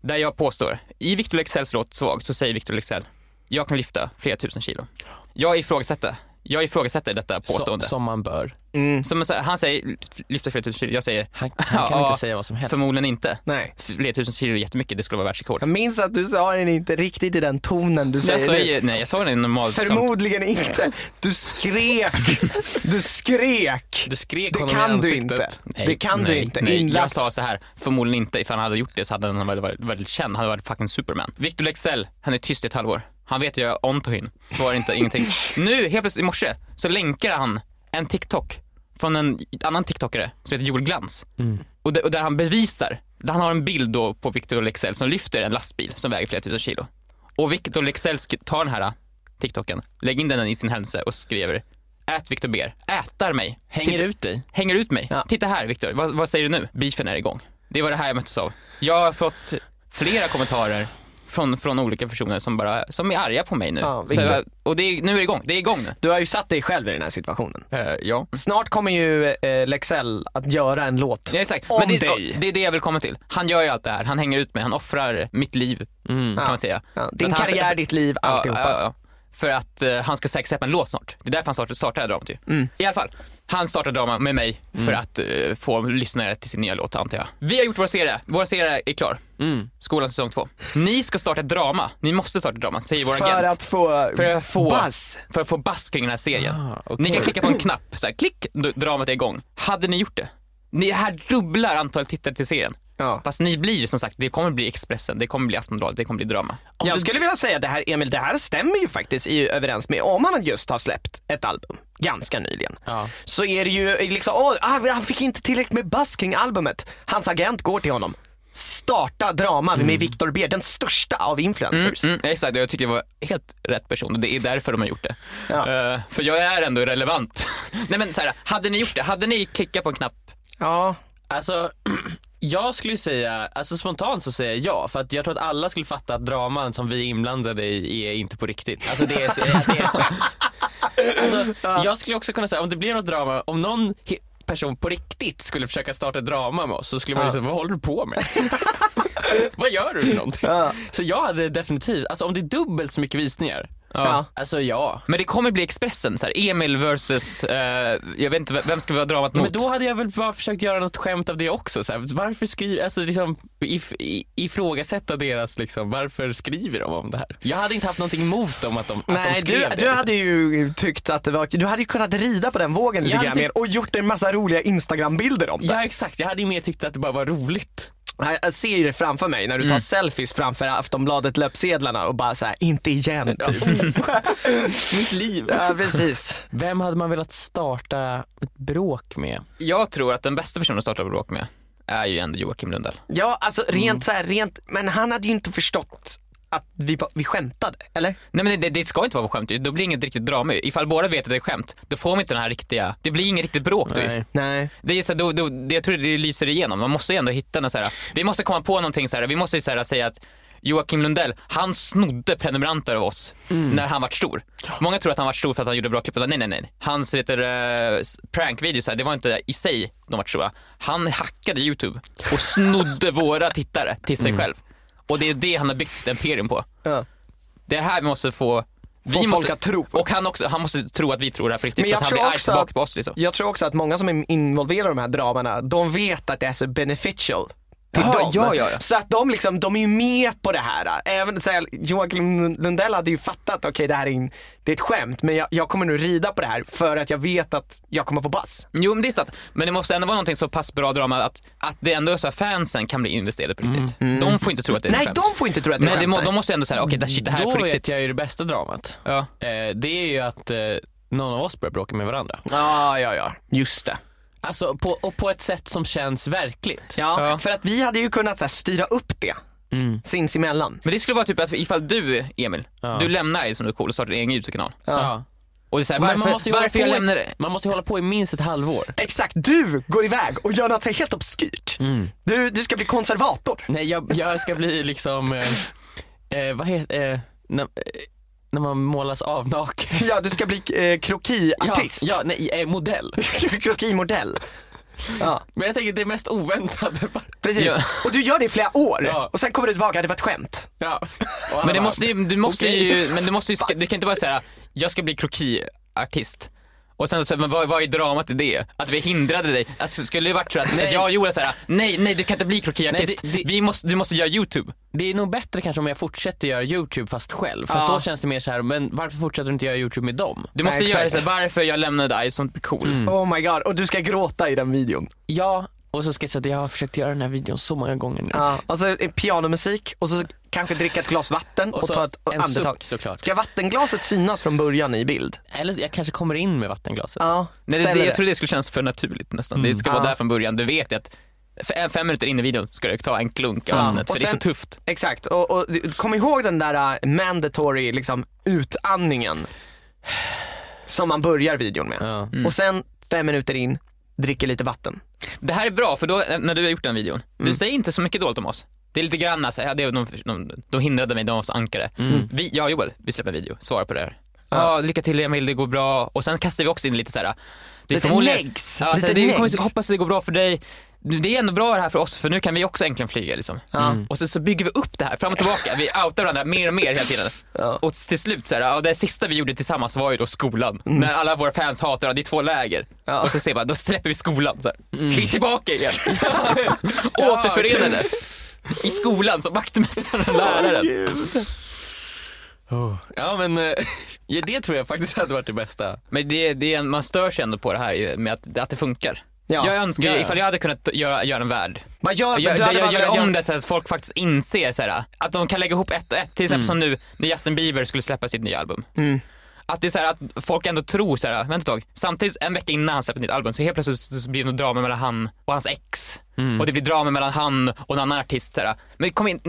Där jag påstår, i Victor Leksells låt Svag så säger Victor Leksell, jag kan lyfta flera tusen kilo. Jag ifrågasätter, jag ifrågasätter detta
Så,
påstående.
som man bör.
Mm.
Som, så här, han säger, lyfta flera tusen kilo, jag säger,
Han, han kan
Ja,
inte säga vad som helst.
förmodligen inte.
Nej.
Flera tusen kilo är jättemycket, det skulle vara världsrekord.
Jag minns att du sa den inte riktigt i den tonen du
Jag
säger
sa
nu.
ju, nej jag sa det i en normal
Förmodligen inte. Du skrek. Du skrek.
Du skrek
Det
honom i
kan du
ansiktet.
inte.
Nej,
Det kan du
nej,
inte.
Nej. Jag
Inlagt.
sa så här, förmodligen inte. Ifall han hade gjort det så hade han varit varit väldigt känd. Han hade varit fucking superman. Victor Leksell, han är tyst i ett halvår. Han vet att jag är on to him. Svarar inte, ingenting. Nu, helt plötsligt i morse, så länkar han en TikTok från en annan TikTokare som heter Joel Glans.
Mm.
Och, där, och där han bevisar, där han har en bild då på Victor Leksell som lyfter en lastbil som väger flera tusen kilo. Och Victor Leksell sk- tar den här TikToken, lägger in den i sin hälsa och skriver Ät Victor Ber, ätar mig.
Hänger
Titta-
ut dig.
hänger ut mig.
Ja.
Titta här Viktor, vad, vad säger du nu? Beefen är igång. Det var det här jag möttes av. Jag har fått flera kommentarer från, från olika personer som bara som är arga på mig nu.
Ja,
så
Viktor.
jag, och det är, nu är det igång, det är igång nu.
Du har ju satt dig själv i den här situationen.
Eh, ja.
Snart kommer ju eh, Lexell att göra en låt.
ja, exakt.
Om
Men det,
dig.
det är det jag vill komma till. Han gör ju allt det här, han hänger ut mig, han offrar mitt liv kan man säga.
Mm. Ja,
För
din
att han-
karriär, ditt liv, alltihopa.
Ja, ja, ja. För att eh, han ska säkert släppa en låt snart. Det är därför han startade, startade dramat ju.
Mm.
I alla fall, han startade drama med mig för att eh, få lyssnare till sin nya låt antar jag. Vi har gjort vår serie, vår serie är klar.
Mm.
Skolan säsong två. Ni ska starta ett drama, ni måste starta ett drama, säger vår
För
agent.
att få,
För att få
buzz.
För att få buzz kring den här serien.
Ah, okej.
Ni kan klicka på en knapp, så här, klick, d- dramat är igång. Hade ni gjort det? Ni här dubblar antalet tittare till serien.
Ja.
Fast ni blir ju som sagt, det kommer bli Expressen, det kommer bli Aftonbladet, det kommer bli drama.
Jag skulle vilja säga det här, Emil, det här stämmer ju faktiskt i, överens med om han just har släppt ett album ganska nyligen.
Ja.
Så är det ju liksom, åh, ah, han fick inte tillräckligt med buzz kring albumet. Hans agent går till honom. Starta draman
Mm.
med Victor Beer, den största av influencers.
Mm, exakt, jag tycker det var helt rätt person och det är därför de har gjort det.
Ja.
Eh, för jag är ändå relevant. Nej men så här, hade ni gjort det? Hade ni klickat på en knapp?
Ja.
Alltså, jag skulle säga, alltså spontant så säger jag ja, för att jag tror att alla skulle fatta att draman som vi är inblandade i är inte på riktigt. Alltså det är, så- att det är ett skämt. Alltså, jag skulle också kunna säga, om det blir något drama, om någon he- person på riktigt skulle försöka starta ett drama med oss så skulle man liksom, vad håller du på med? vad gör du för någonting? Så jag hade definitivt, alltså om det är dubbelt så mycket visningar,
Ja.
alltså ja.
Men det kommer bli Expressen, så här, Emil versus, eh, jag vet inte, v- vem ska vi ha dramat mot?
Men då hade jag väl bara försökt göra något skämt av det också. Så här, varför skriver, alltså liksom if, i, ifrågasätta deras liksom, varför skriver de om det här? Jag hade inte haft någonting emot dem att de, att de
Nej,
skrev
du,
det.
du hade ju tyckt att det var, du hade ju kunnat rida på den vågen lite
Jag hade
grann mer
tyckt-
och gjort en massa roliga Instagram-bilder om det.
Ja exakt, jag hade ju mer tyckt att det bara var roligt.
Jag, jag ser ju det framför mig när du tar selfies framför Aftonbladet löpsedlarna och bara så här, inte igen typ.
Mitt liv.
ja, precis.
Vem hade man velat starta ett bråk med?
Jag tror att den bästa personen att starta bråk med är ju ändå Joakim Lundell.
Ja, alltså rent så här, rent, men han hade ju inte förstått att vi, ba- vi skämtade, eller?
Nej men det, det ska inte vara på skämt ju. då blir det inget riktigt drama ju. Ifall båda vet att det är skämt, då får man inte den här riktiga, det blir inget riktigt bråk då ju.
Nej.
Det är så, här, då, då, det, jag tror det lyser igenom. Man måste ju ändå hitta något så här. Vi måste komma på någonting så här. Vi måste ju så här, säga att Joakim Lundell, han snodde prenumeranter av oss
Mm.
när han var stor. Många tror att han var stor för att han gjorde bra klipp. Nej, nej, nej. Hans heter, eh, prankvideos, här, det var inte i sig de var stora. Han hackade YouTube och snodde våra tittare till
Mm.
sig själv. Och det är det han har byggt sitt imperium på.
Ja.
Det är här vi måste få... Vi
folk
måste,
att tro.
Och han, också, han måste tro att vi tror det här på riktigt.
Men
så
jag
att han
tror
blir arg
också
tillbaka
att-
på oss. Liksom.
Jag tror också att många som är involverade i de här dramerna, de vet att det är så beneficial. Till
Ja,
dem.
ja, ja, ja.
Så att de, liksom, de är ju med på det här. Även, så här Joakim Lundell hade ju fattat, okej det här är, en, det är ett skämt, men jag, jag kommer nu rida på det här för att jag vet att jag kommer få bass.
Jo men det är sant. Men det måste ändå vara någonting så pass bra drama att, att det ändå är så här, fansen kan bli investerade på riktigt. De får inte tro att det är
Mm.
ett
Nej,
skämt.
de får inte tro att det är
Men
ett
det
skämt.
må, de måste ändå säga okej okay, shit det här
Då
är på
vet
riktigt.
jag ju det bästa dramat.
Ja.
Eh, det är ju att eh, någon av oss börjar bråka med varandra.
Ja, ja, ja. Just det.
Alltså, på, och på ett sätt som känns verkligt.
Ja,
Ja.
för att vi hade ju kunnat så här, styra upp det
Mm.
sinsemellan.
Men det skulle vara typ att ifall du Emil,
Ja.
du lämnar ju som du är cool och startar din egen YouTube-kanal.
Ja.
Och det är så här,
Men man
varför,
måste ju
varför jag
hålla på i-
lämnar det?
Man måste ju hålla på i minst ett halvår.
Exakt, du går iväg och gör något så här helt obskyrt. Du, du ska bli konservator.
Nej, jag, jag ska bli liksom, eh, eh, vad heter, eh, när, eh, när man målas avnaken.
Ja, du ska bli eh, krokiartist.
Ja, ja, nej, eh, modell.
Krokimodell. Ja,
Men jag tänker det mest oväntade. var-
precis.
Ja.
Och du gör det i flera år
Ja.
och sen kommer du tillbaka, det var ett skämt.
Ja.
Men det måste ju, du måste
Okej.
ju, men du måste ju, ska- du kan inte bara säga jag ska bli krokiartist. Och sen så, men vad, vad är dramat i det? Att vi hindrade dig? Alltså, skulle det varit så att, att jag och Joel såhär, nej, nej du kan inte bli krokiartist.
Nej, det- det-
Vi måste, du måste göra YouTube.
Det är nog bättre kanske om jag fortsätter göra YouTube fast själv. Fast
Ja.
då känns det mer så här, men varför fortsätter du inte göra YouTube med dem?
Du måste
Nej,
göra det
exakt.
såhär, varför jag lämnade dig som cool.
Oh my god, och du ska gråta i den videon.
Ja, och så ska jag säga att jag har försökt göra den här videon så många gånger nu.
Ja. Och så Alltså, är pianomusik och så kanske dricka ett glas vatten och,
så
ta ett
en
andetag.
suck såklart.
Ska vattenglaset synas från början i bild?
Eller jag kanske kommer in med vattenglaset.
Ja,
Nej, det,
ställer
det, jag tror det skulle kännas för naturligt nästan. Det ska vara
Ja.
där från början. Du vet ju att f- fem minuter in i videon ska du ta en klunk av
Ja.
vattnet, för
Och
det är så
sen-
tufft.
Exakt, och, och du- kom ihåg den där äh, mandatory liksom, utandningen som man börjar videon med.
Ja.
Mm.
Och sen fem minuter in, dricker lite vatten.
Det här är bra, för då, eh, när du har gjort den videon,
Mm.
du säger inte så mycket dåligt om oss. Det är lite grann så här, ja, det, är- de, de, de hindrade mig, de var så ankare. Vi, jag och Joel, vi släpper en video, svara på det här. Ja, lycka till Emil, det går bra. Och sen kastar vi också in lite så här. Det är
Lite
förmodligen-
negs.
Ja, så
Lite
här, det, kommer,
negs.
hoppas att det går bra för dig. Det är ändå bra det här för oss, för nu kan vi också äntligen flyga liksom. Och så, så bygger vi upp det här, fram och tillbaka. Vi outar varandra mer och mer hela tiden. Och till slut så här, ja, det sista vi gjorde tillsammans var ju då skolan. När alla våra fans hatar, ja, det är två läger.
Mm. Ja.
Och så säger man, då släpper vi skolan. Så här. Vi är tillbaka igen. Återförenade. I skolan som vaktmästaren och läraren.
Ja men, eh, ja, det tror jag faktiskt hade varit det bästa.
Men det, det, är- man stör sig ändå på det här ju, med att, att det funkar.
Ja.
Jag önskar,
Ja, ja.
ifall jag hade kunnat göra, göra en värld
Man gör,
Jag,
du
jag,
hade
jag
bara
gör
velat
om
göra-
det så att folk faktiskt inser så här, att de kan lägga ihop ett och ett. Till exempel som nu när Justin Bieber skulle släppa sitt nya album. Att det är så här, att folk ändå tror så här, vänta ett tag. Samtidigt en vecka innan han släpper ett nytt album så helt plötsligt så så blir det något drama mellan han och hans ex. Och det blir drama mellan han och en annan artist. Så här. Men kom in,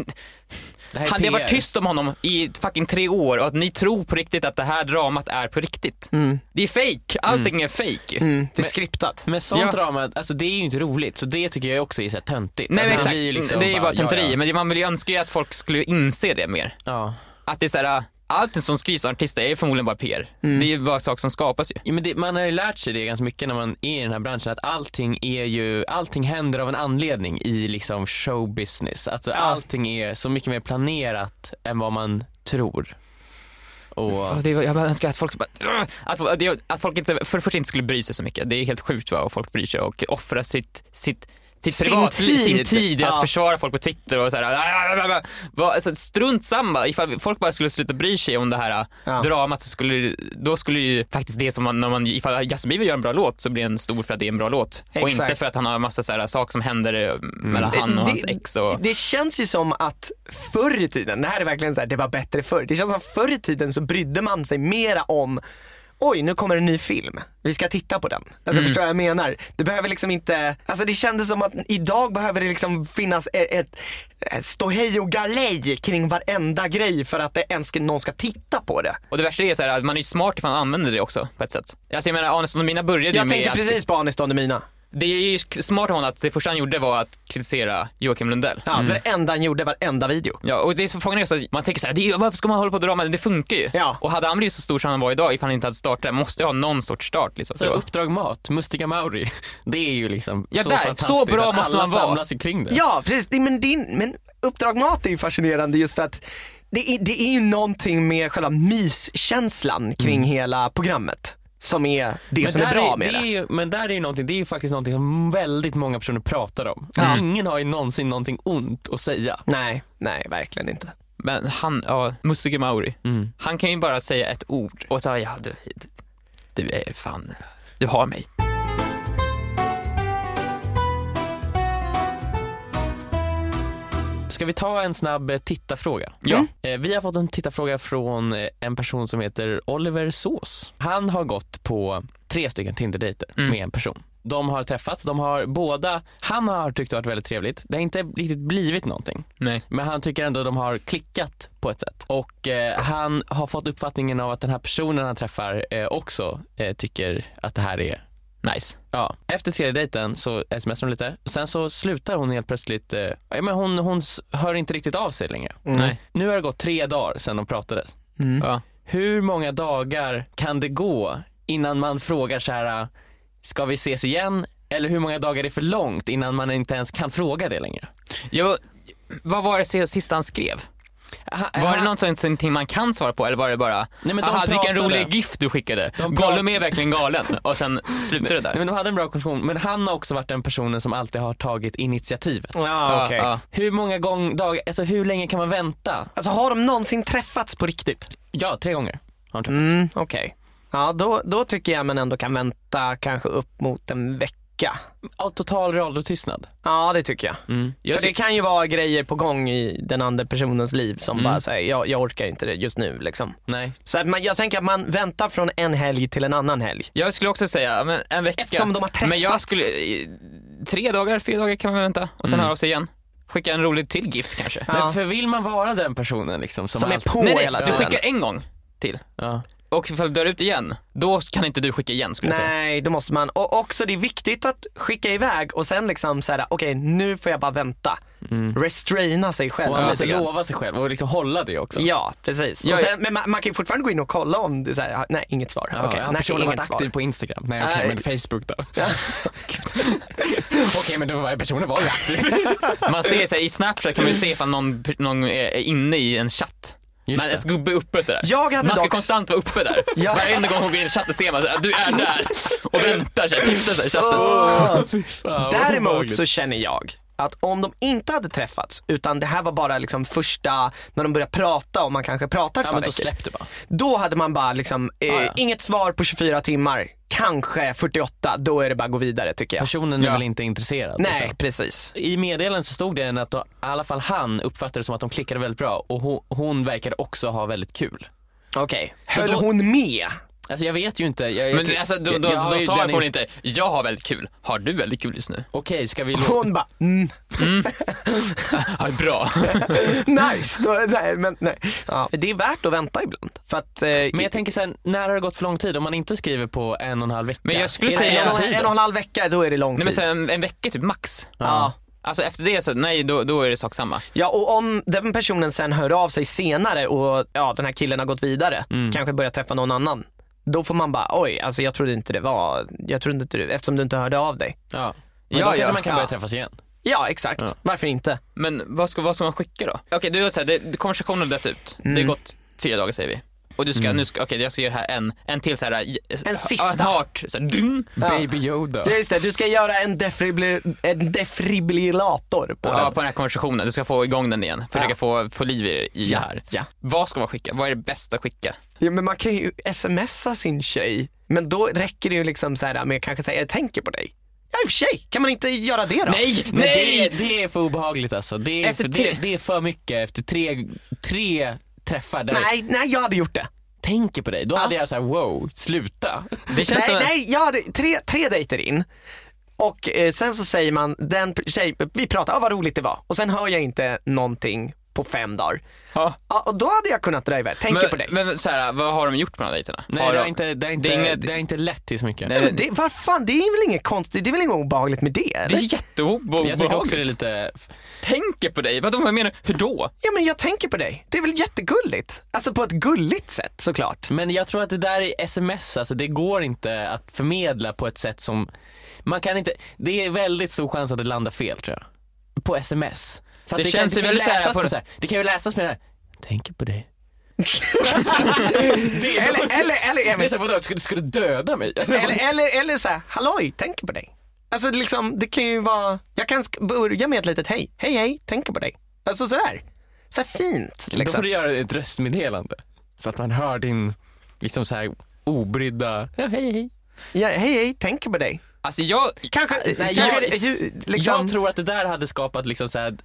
Det här är
han, det har varit
PR.
tyst om honom i fucking tre år och att ni tror på riktigt att det här dramat är på riktigt. Det är fake. allting är fake.
Mm, det är skriptat.
Men sånt
Ja.
drama, alltså det är ju inte roligt, så det tycker jag också är så här töntigt.
Nej
alltså,
men
man
exakt,
blir ju liksom
det är ju bara tönterier.
Ja,
Men det- man vill ju önska ju att folk skulle inse det mer.
ja.
att det är så här, äh, allt som skrivs av artister är förmodligen bara PR. Det är ju bara saker som skapas ju.
Ja, men det, man har ju lärt sig det ganska mycket när man är i den här branschen att allting är ju, allting händer av en anledning i liksom showbusiness. Alltså allting är så mycket mer planerat än vad man tror. Och, alltså,
Och det, jag bara önskar att folk, bara, att, folk- att, jag- att folk inte, för det första inte skulle bry sig så mycket. Det är helt sjukt vad folk bryr sig och offrar sitt, sitt sitt
Sin
privatliv, sin
tid.
tid i att
Ja.
försvara folk på Twitter och såhär. Alltså, strunt samma, ifall folk bara skulle sluta bry sig om det här äh,
Ja.
dramat så skulle, då skulle ju faktiskt det som man, när man ifall Justin Bieber gör en bra låt så blir den stor för att det är en bra låt. Och
Exakt.
inte för att han har en massa så här, saker som händer eh, mellan han och
det,
hans ex. Och...
det känns ju som att förr i tiden, det här är verkligen så här, det var bättre förr. Det känns som att förr i tiden så brydde man sig mera om Oj, nu kommer en ny film. Vi ska titta på den. Alltså förstår jag vad jag menar? Det behöver liksom inte, alltså det kändes som att idag behöver det liksom finnas ett, ett, ett ståhej och galej kring varenda grej för att det ens ska, någon ska titta på det.
Och det värsta är så här, att man är ju smart ifall man använder det också på ett sätt. Alltså jag menar Anis och mina började ju
Jag
med
tänkte
att,
precis på Anis Don Demina.
Det är ju smart av honom att det första han gjorde var att kritisera Joakim Lundell.
Ja, det var det enda han gjorde, varenda video.
Ja, och det är så frågan är just att man tänker såhär, det är, varför ska man hålla på och dra men det funkar ju.
Ja.
Och hade han blivit så stor som han var idag ifall han inte hade startat, det, måste jag ha någon sorts start liksom.
Så Uppdrag Mat, Mustiga Mauri. Det är ju liksom
Ja,
så
där.
fantastiskt
Så bra
att
måste
alla
man vara.
samlas ju kring det.
Ja, precis. Nej, Men, din, men Uppdrag Mat är ju fascinerande just för att det är, det är ju någonting med själva myskänslan kring hela programmet som är det som är
där
bra
är,
med det.
är ju, men där är ju någonting, det är ju faktiskt någonting som väldigt många personer pratar om. Mm.
Ja.
Ingen har ju någonsin någonting ont att säga.
Nej, nej verkligen inte.
Men han, ja, Mustige Mauri.
Mm.
Han kan ju bara säga ett ord och säga ja du, du är fan, du har mig.
Ska vi ta en snabb eh, tittarfråga?
Ja.
Mm.
Eh, Vi har fått en tittarfråga från eh, en person som heter Oliver Sås. Han har gått på tre stycken Tinder-dejter
Mm.
med en person. De har träffats, de har båda, han har tyckt det har varit väldigt trevligt. Det har inte riktigt blivit någonting.
Nej.
Men han tycker ändå att de har klickat på ett sätt. Och eh, han har fått uppfattningen av att den här personen han träffar eh, också eh, tycker att det här är
Nice.
Ja, efter tredje dejten så smsar hon lite, sen så slutar hon helt plötsligt, eh, ja, men hon, hon s- hör inte riktigt av sig längre.
Nej.
Nu har det gått tre dagar sedan de pratade.
Mm.
Ja.
Hur många dagar kan det gå innan man frågar så här, eh, ska vi ses igen? Eller hur många dagar är för långt innan man inte ens kan fråga det längre?
Jo, vad var det se- sista han skrev?
Ha-
Var
ha-
det någonting man kan svara på eller var det bara,
Nej, men de
aha vilken
pratade.
rolig GIF du skickade,
De pra-
Gollum är verkligen galen och sen slutar det
Nej,
där.
men de hade en bra konversation, men han har också varit den personen som alltid har tagit initiativet.
Ja, okej.
ja.
Hur många gång, dag, alltså hur länge kan man vänta?
Alltså har de någonsin träffats på riktigt?
Ja, tre gånger har de träffats.
Mm, okej. Ja, då, då tycker jag man ändå kan vänta kanske upp mot en vecka.
Av total radiotystnad.
Ja, det tycker jag.
Jag
För det kan ju vara grejer på gång i den andra personens liv som bara säger, jag, jag orkar inte det just nu liksom.
Nej.
Så att man, jag tänker att man väntar från en helg till en annan helg.
Jag skulle också säga ja, men en vecka.
Eftersom de har träffats.
Men jag skulle, i- tre dagar, fyra dagar kan man vänta och sen höra av sig igen. Skicka en rolig till GIF kanske.
Ja.
Men för vill man vara den personen liksom som,
Som är
alltid-
på
nej, nej,
hela
du
tiden.
skickar en gång till.
Ja.
Och ifall du dör ut igen, då kan inte du skicka igen skulle jag säga.
Nej, då måste man. Och också det är viktigt att skicka iväg och sen liksom såhär, okej nu får jag bara vänta. Restraina sig själv
Mm. Och man måste
lite grann.
lova sig själv och liksom hålla det också.
alltså, Ja, precis.
Ja,
och sen, men man, man kan ju fortfarande gå in och kolla om det är såhär, nej inget svar.
Ja,
Okej,
har
nej,
personen varit
inget svar.
aktiv på Instagram? Nej okej,
Nej.
men Facebook då? okej, men då var personen var ju aktiv.
Man ser sig i Snapchat kan man ju se ifall någon, någon är är inne i en chatt.
Just
Men
det.
ens gubbe är uppe sådär.
Jag hade
man ska
dock-
konstant vara uppe där.
Ja.
Varenda gång hon går in i chatten ser man såhär, du är där och väntar typ såhär, tittar såhär i chatten.
Åh.
Fan, vad
Däremot
obehagligt.
så känner jag att om de inte hade träffats utan det här var bara liksom första, när de började prata och man kanske pratar ett
Ja
par
men då
veckor.
släpp det bara.
Då hade man bara liksom, eh,
ja.
inget svar på 24 timmar, kanske 48, då är det bara att gå vidare tycker jag.
Personen är
Ja.
väl inte intresserad?
Nej
liksom.
precis.
I meddelandet så stod det en att då, i alla fall han uppfattade det som att de klickade väldigt bra och hon, hon verkade också ha väldigt kul.
Okej. Höll
då-
hon med?
Alltså jag vet ju inte. Jag,
Men
jag,
alltså, då,
jag-
då,
jag har
då,
ju
sa
den
jag förmodligen
in-
inte, jag har väldigt kul, har du väldigt kul just nu?
Okej, ska vi låta
Hon bara, mm,
Ja, bra.
nice. Då, nej, men, nej. Ja. Det är värt att vänta ibland. För att, eh,
Men jag tänker sen, när har det gått för lång tid? Om man inte skriver på en och en halv vecka?
Men jag skulle
är det
säga-
en,
lång
och,
tid
en,
då?
en och en halv vecka, då är det lång
Nej, men
tid.
så här, en, en vecka typ max.
ja.
Alltså efter det så, nej då, då är det sak samma.
Ja och om den personen sen hör av sig senare och ja, den här killen har gått vidare,
Mm.
kanske börjar träffa någon annan. Då får man bara, oj, alltså jag trodde inte det var, jag trodde inte du, eftersom du inte hörde av dig.
Ja. Men
Ja,
då kanske
ja.
man kan
Ja.
börja träffas igen.
Ja exakt, varför inte?
Men vad ska, vad ska man skicka då? Okej, du gör så här, det, det- konversationen har dött ut. Det har gått fyra dagar säger vi. Och du ska, nu ska, okej jag ska göra här en, en till så här.
En sista.
En hart, så här, dun.
Baby Yoda.
Ja, Just det, du ska göra en, defibri- en defibrillator på
Ja,
den.
på den här konversationen. Du ska få igång den igen. Försöka
Ja.
få, få liv i, det- i det här.
ja.
Vad ska man skicka? Vad är det bästa att skicka?
ja men man kan ju smsa sin tjej, men då räcker det ju liksom så här med kanske säga jag tänker på dig. Ja i och för sig, kan man inte göra det då?
Nej,
Men
nej!
Det, det är för obehagligt alltså. Det är,
Efter
för,
tre-
det, det är för mycket efter tre, tre träffar där
Nej, nej jag hade gjort det.
jag tänker på dig. Då hade jag såhär wow, sluta.
Det
nej,
känns som,
nej, jag hade tre, tre dejter in. Och eh, sen så säger man, den p- tjej, vi pratar, ah, vad roligt det var. Och sen hör jag inte någonting på fem dagar.
Ja.
Ja, och då hade jag kunnat dra iväg. Tänker på dig.
Men, men så här, vad har de gjort på de här dejterna?
Nej
har
det har
de-
inte, det har inte,
det är inget-
det har inte lett till så mycket.
Nej,
Men det, vad fan, det är väl inget konstigt, det är väl inget obehagligt med det?
Det
Eller?
är
Jag
jätteobehagligt.
tycker också det är lite,
Tänker på dig, vadå vad menar du? Hur då?
Ja men jag tänker på dig, det är väl jättegulligt? Alltså på ett gulligt sätt såklart.
men jag tror att det där är sms, alltså det går inte att förmedla på ett sätt som, man kan inte, det är väldigt stor chans att det landar fel tror jag. På sms. För att
Det känns ju
kan, det kan
väldigt så här
läsas
på-
på så här, det kan ju läsas med det här, tänker på dig.
Eller, eller, eller,
Det är
Emil,
såhär, vadå, ska, du- ska du döda mig?
eller, eller, eller såhär, halloj, tänker på dig. Alltså liksom, det kan ju vara, jag kan sk- börja med ett litet hej, hej hej, tänker på dig. Alltså sådär, såhär fint
Då får
liksom.
du göra ett röstmeddelande. Så att man hör din, liksom så här obrydda, ja, hej hej.
Ja, hej hej, tänker på dig.
Alltså jag,
Kanske,
Nej,
kanske
jag-
ju- liksom,
Jag tror att det där hade skapat liksom så här,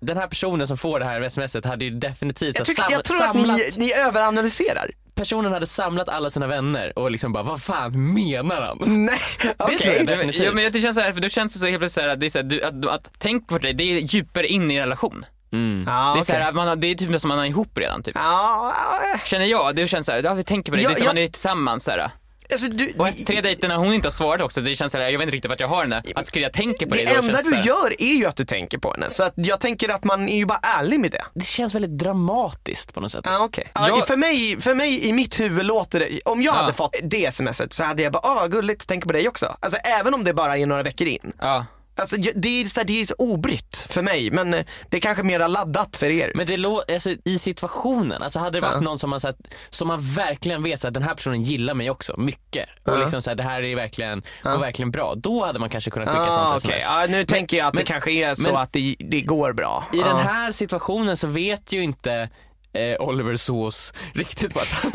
den här personen som får det här smset hade ju definitivt
jag,
så
tycker,
här sam,
jag tror att
samlat,
ni, ni överanalyserar.
personen hade samlat alla sina vänner och liksom bara, vad fan menar han?
Nej, okej.
tror jag.
Nej, men-
Definitivt.
Ja, men det känns så här, för då känns det så helt plötsligt så här, att, det är så här, du, att, att tänk på det, det är djupare in i en relation.
Ja,
det, är
okej.
så här, att man, har- det är typ som man är ihop redan typ.
Ja, eh,
Känner jag, det känns såhär, ja vi tänker på det,
Ja,
det är som
jag-
man är tillsammans så här.
alltså du,
Och efter tre dejter när hon inte har svarat också, det känns såhär, jag vet inte riktigt vart jag har henne. Att skriva tänker på det,
det
då
enda
känns så
du
här-
gör är ju att du tänker på henne, så att jag tänker att man är ju bara ärlig med det.
Det känns väldigt dramatiskt på något sätt.
Ah, okay.
Jag-
för, mig, för mig i mitt huvud låter det, om jag
Ja.
hade fått det smset så hade jag bara, ah gulligt, tänker på dig också. Alltså även om det bara är några veckor in.
Ja.
Alltså jag- det är, så här, det är så obrytt för mig, men eh, det är kanske mera laddat för er.
Men det låter, alltså, i situationen, alltså hade det varit
Ja.
någon som man, så här, som man verkligen vet att den här personen gillar mig också, mycket.
Ja.
Och liksom så här, det här är verkligen, går verkligen bra. Då hade man kanske kunnat skicka sånt
ah,
sms.
okej. ah, nu tänker jag att det kanske är så
men-
att det, det går bra.
I
ah.
den här situationen så vet ju inte eh, Oliver Sås riktigt vart han,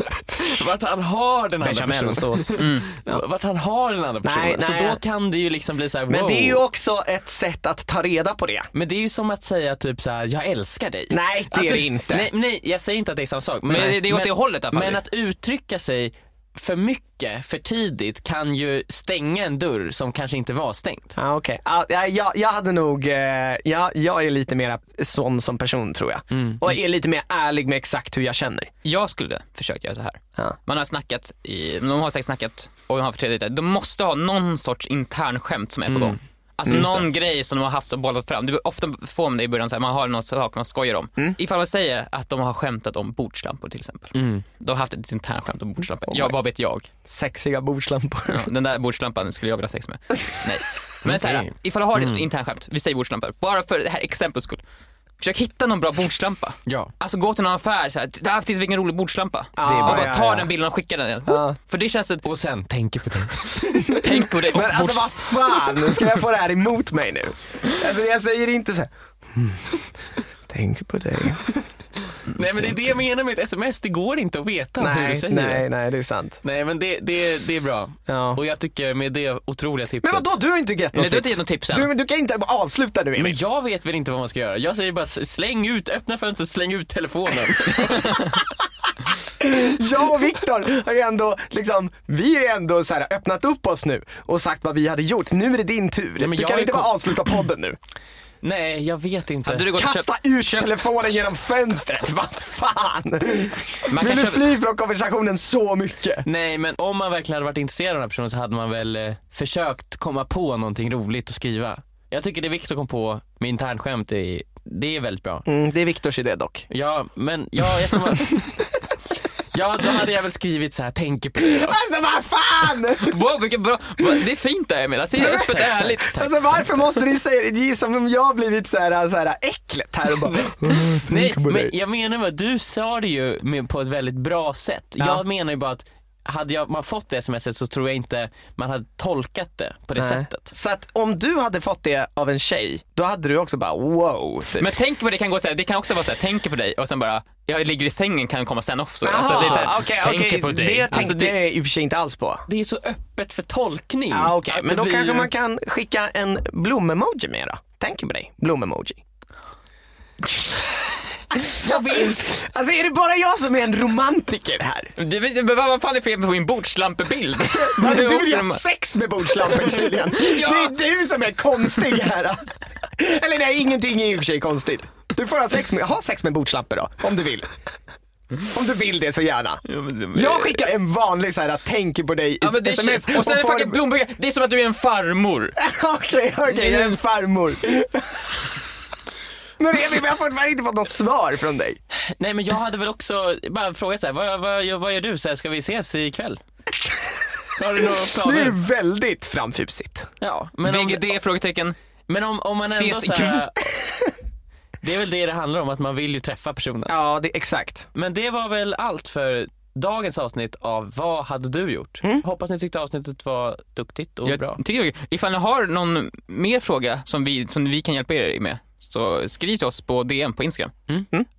vart han har den andra personen.
Bechamelsås.
Vart han har den andra personen.
Nej,
så
nej.
då kan det ju liksom bli såhär, wow.
Men det är ju också ett sätt att ta reda på det.
Men det är ju som att säga typ såhär, jag älskar dig.
Nej, det
Att
är det
du-
inte.
Nej, nej, jag säger inte att det är samma sak. Men,
Men det- det är åt det hållet i alla fall.
Men att uttrycka sig för mycket, för tidigt kan ju stänga en dörr som kanske inte var stängd.
Ah, okay. ah, ja, jag, jag hade nog, eh, jag, jag är lite mer sån som person tror jag. Och är lite mer ärlig med exakt hur jag känner.
Jag skulle försöka göra så här.
Ja.
Man har snackat, i, de har säkert snackat och de har för tre dejter. De måste ha någon sorts intern skämt som är på gång. Alltså någon grej som de har haft och bollat fram. Du, ofta får man det i början, så här, man har någon sak man skojar om. Ifall man säger att de har skämtat om bordslampor till exempel. De har haft ett internt skämt om bordslampor. ja, vad vet jag?
Sexiga bordslampor.
Ja, den där bordslampan skulle jag vilja ha sex med. Nej. Men så här,
Okej.
ifall du har ett internskämt, vi säger bordslampa, bara för det här exemplets skull. Försök hitta någon bra bordslampa.
Ja.
Alltså gå till någon affär, så här, där finns vilken rolig bordslampa.
Ja,
det är bara,
ja,
ta
ja.
den bilden och skicka den igen.
Ja.
För det känns ett,
Och sen, tänker på det.
tänk på det. Och
Men
bords-
alltså vad fan, ska jag få det här emot mig nu? Alltså jag säger inte så här. "Mm, Tänk på dig.
nej men det är det jag menar med ett sms, det går inte att veta hur du
Nej,
säger det.
nej, nej det är sant.
Nej men det, det, det är bra.
Ja.
Och jag tycker med det otroliga
Men
tipset.
vadå, du har ju inte gett
Nej,
något
du har inte
tips.
gett något tips än.
Du, du kan inte avsluta nu
Men
Emil.
jag vet väl inte vad man ska göra. Jag säger bara s- släng ut, öppna fönstret, släng ut telefonen.
Jag och Viktor har ju ändå, liksom, vi har ju ändå så här, öppnat upp oss nu och sagt vad vi hade gjort. Nu är det din tur.
men
du
jag
kan
är
inte
kom-
bara avsluta podden nu.
Nej, jag vet inte.
Hade du gått och köpt-
Kasta ut
köpt-
telefonen genom fönstret, vad fan! Vill du
köpa-
fly från konversationen så mycket?
Nej, men om man verkligen hade varit intresserad av den här personen så hade man väl eh, försökt komma på någonting roligt att skriva. Jag tycker det Viktor kom på med internskämt, är, det är väldigt bra.
Mm, det är Viktors idé dock.
Ja, men ja, jag tror man... Ja, då hade jag väl skrivit så här, tänker på det. då."
Alltså vad fan!
Wow, vilken bra, vad- det är fint där Emil, alltså, det är öppet ärligt.
Alltså varför måste ni säga det? Det är som om jag har blivit så här, så här äcklet här och bara
Nej,
Tänk på
men
dig.
jag menar vad du sa det ju med, på ett väldigt bra sätt. Jag menar ju bara att hade jag, man fått det smset så tror jag inte man hade tolkat det på det sättet.
Så att om du hade fått det av en tjej, då hade du också bara wow. Typ.
Men tänk på det, kan gå så här, det kan också vara såhär, tänker på dig och sen bara, jag ligger i sängen kan komma sen också. Alltså, det är så här,
okej,
tänker
okej,
på dig.
Det tänkte
alltså, det,
jag i och för sig inte alls på.
Det är så öppet för tolkning.
Ja, okej,
att
Men
det
då
blir
kanske
ju-
man kan skicka en blomemoji med då. Tänker på dig, blomemoji. jag vet. Alltså är det bara jag som är en romantiker här?
det, det, vad vad fan är fel på min bordslampebild?
Alltså,
Det är
du vill
också
ju
de-
ha sex med bordslampor tydligen.
Ja.
Det är du som är konstig här. Eller nej, ingenting är i och för sig konstigt. Du får ha sex med, ha sex med bordslampor då, om du vill. Om du vill det så gärna. Jag skickar en vanlig så här, tänker på dig
Ja, men det är
sms
shit. Och sen är det
får-
fucking blombukett. Det är som att du är en farmor.
Okej, okej, jag är en farmor. Men Emil, vi har fortfarande inte fått något svar från dig.
Nej men jag hade väl också bara frågat så här, vad, vad, vad gör du? Så här, ska vi ses ikväll? Har du några
Det är
planer?
väldigt framfusigt.
Ja, men om,
VGD? Frågetecken.
men om, om man ändå
Ses
så här, Det är väl det det handlar om, att man vill ju träffa personen.
Ja, det, exakt.
Men det var väl allt för dagens avsnitt av Vad hade du gjort? Hoppas ni tyckte avsnittet var duktigt och bra.
Jag tycker, ifall ni har någon mer fråga som vi, som vi kan hjälpa er med, så skriv till oss på DM på Instagram.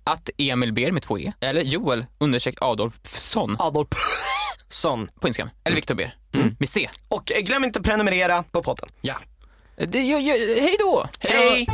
Att Emil Ber med två E, eller Joel understreck Adolfsson
Adolfsson.
på Instagram, eller Viktor Ber med C.
Och eh, glöm inte att prenumerera på podden.
Ja.
Det, jag, jag, hej då!
Hej!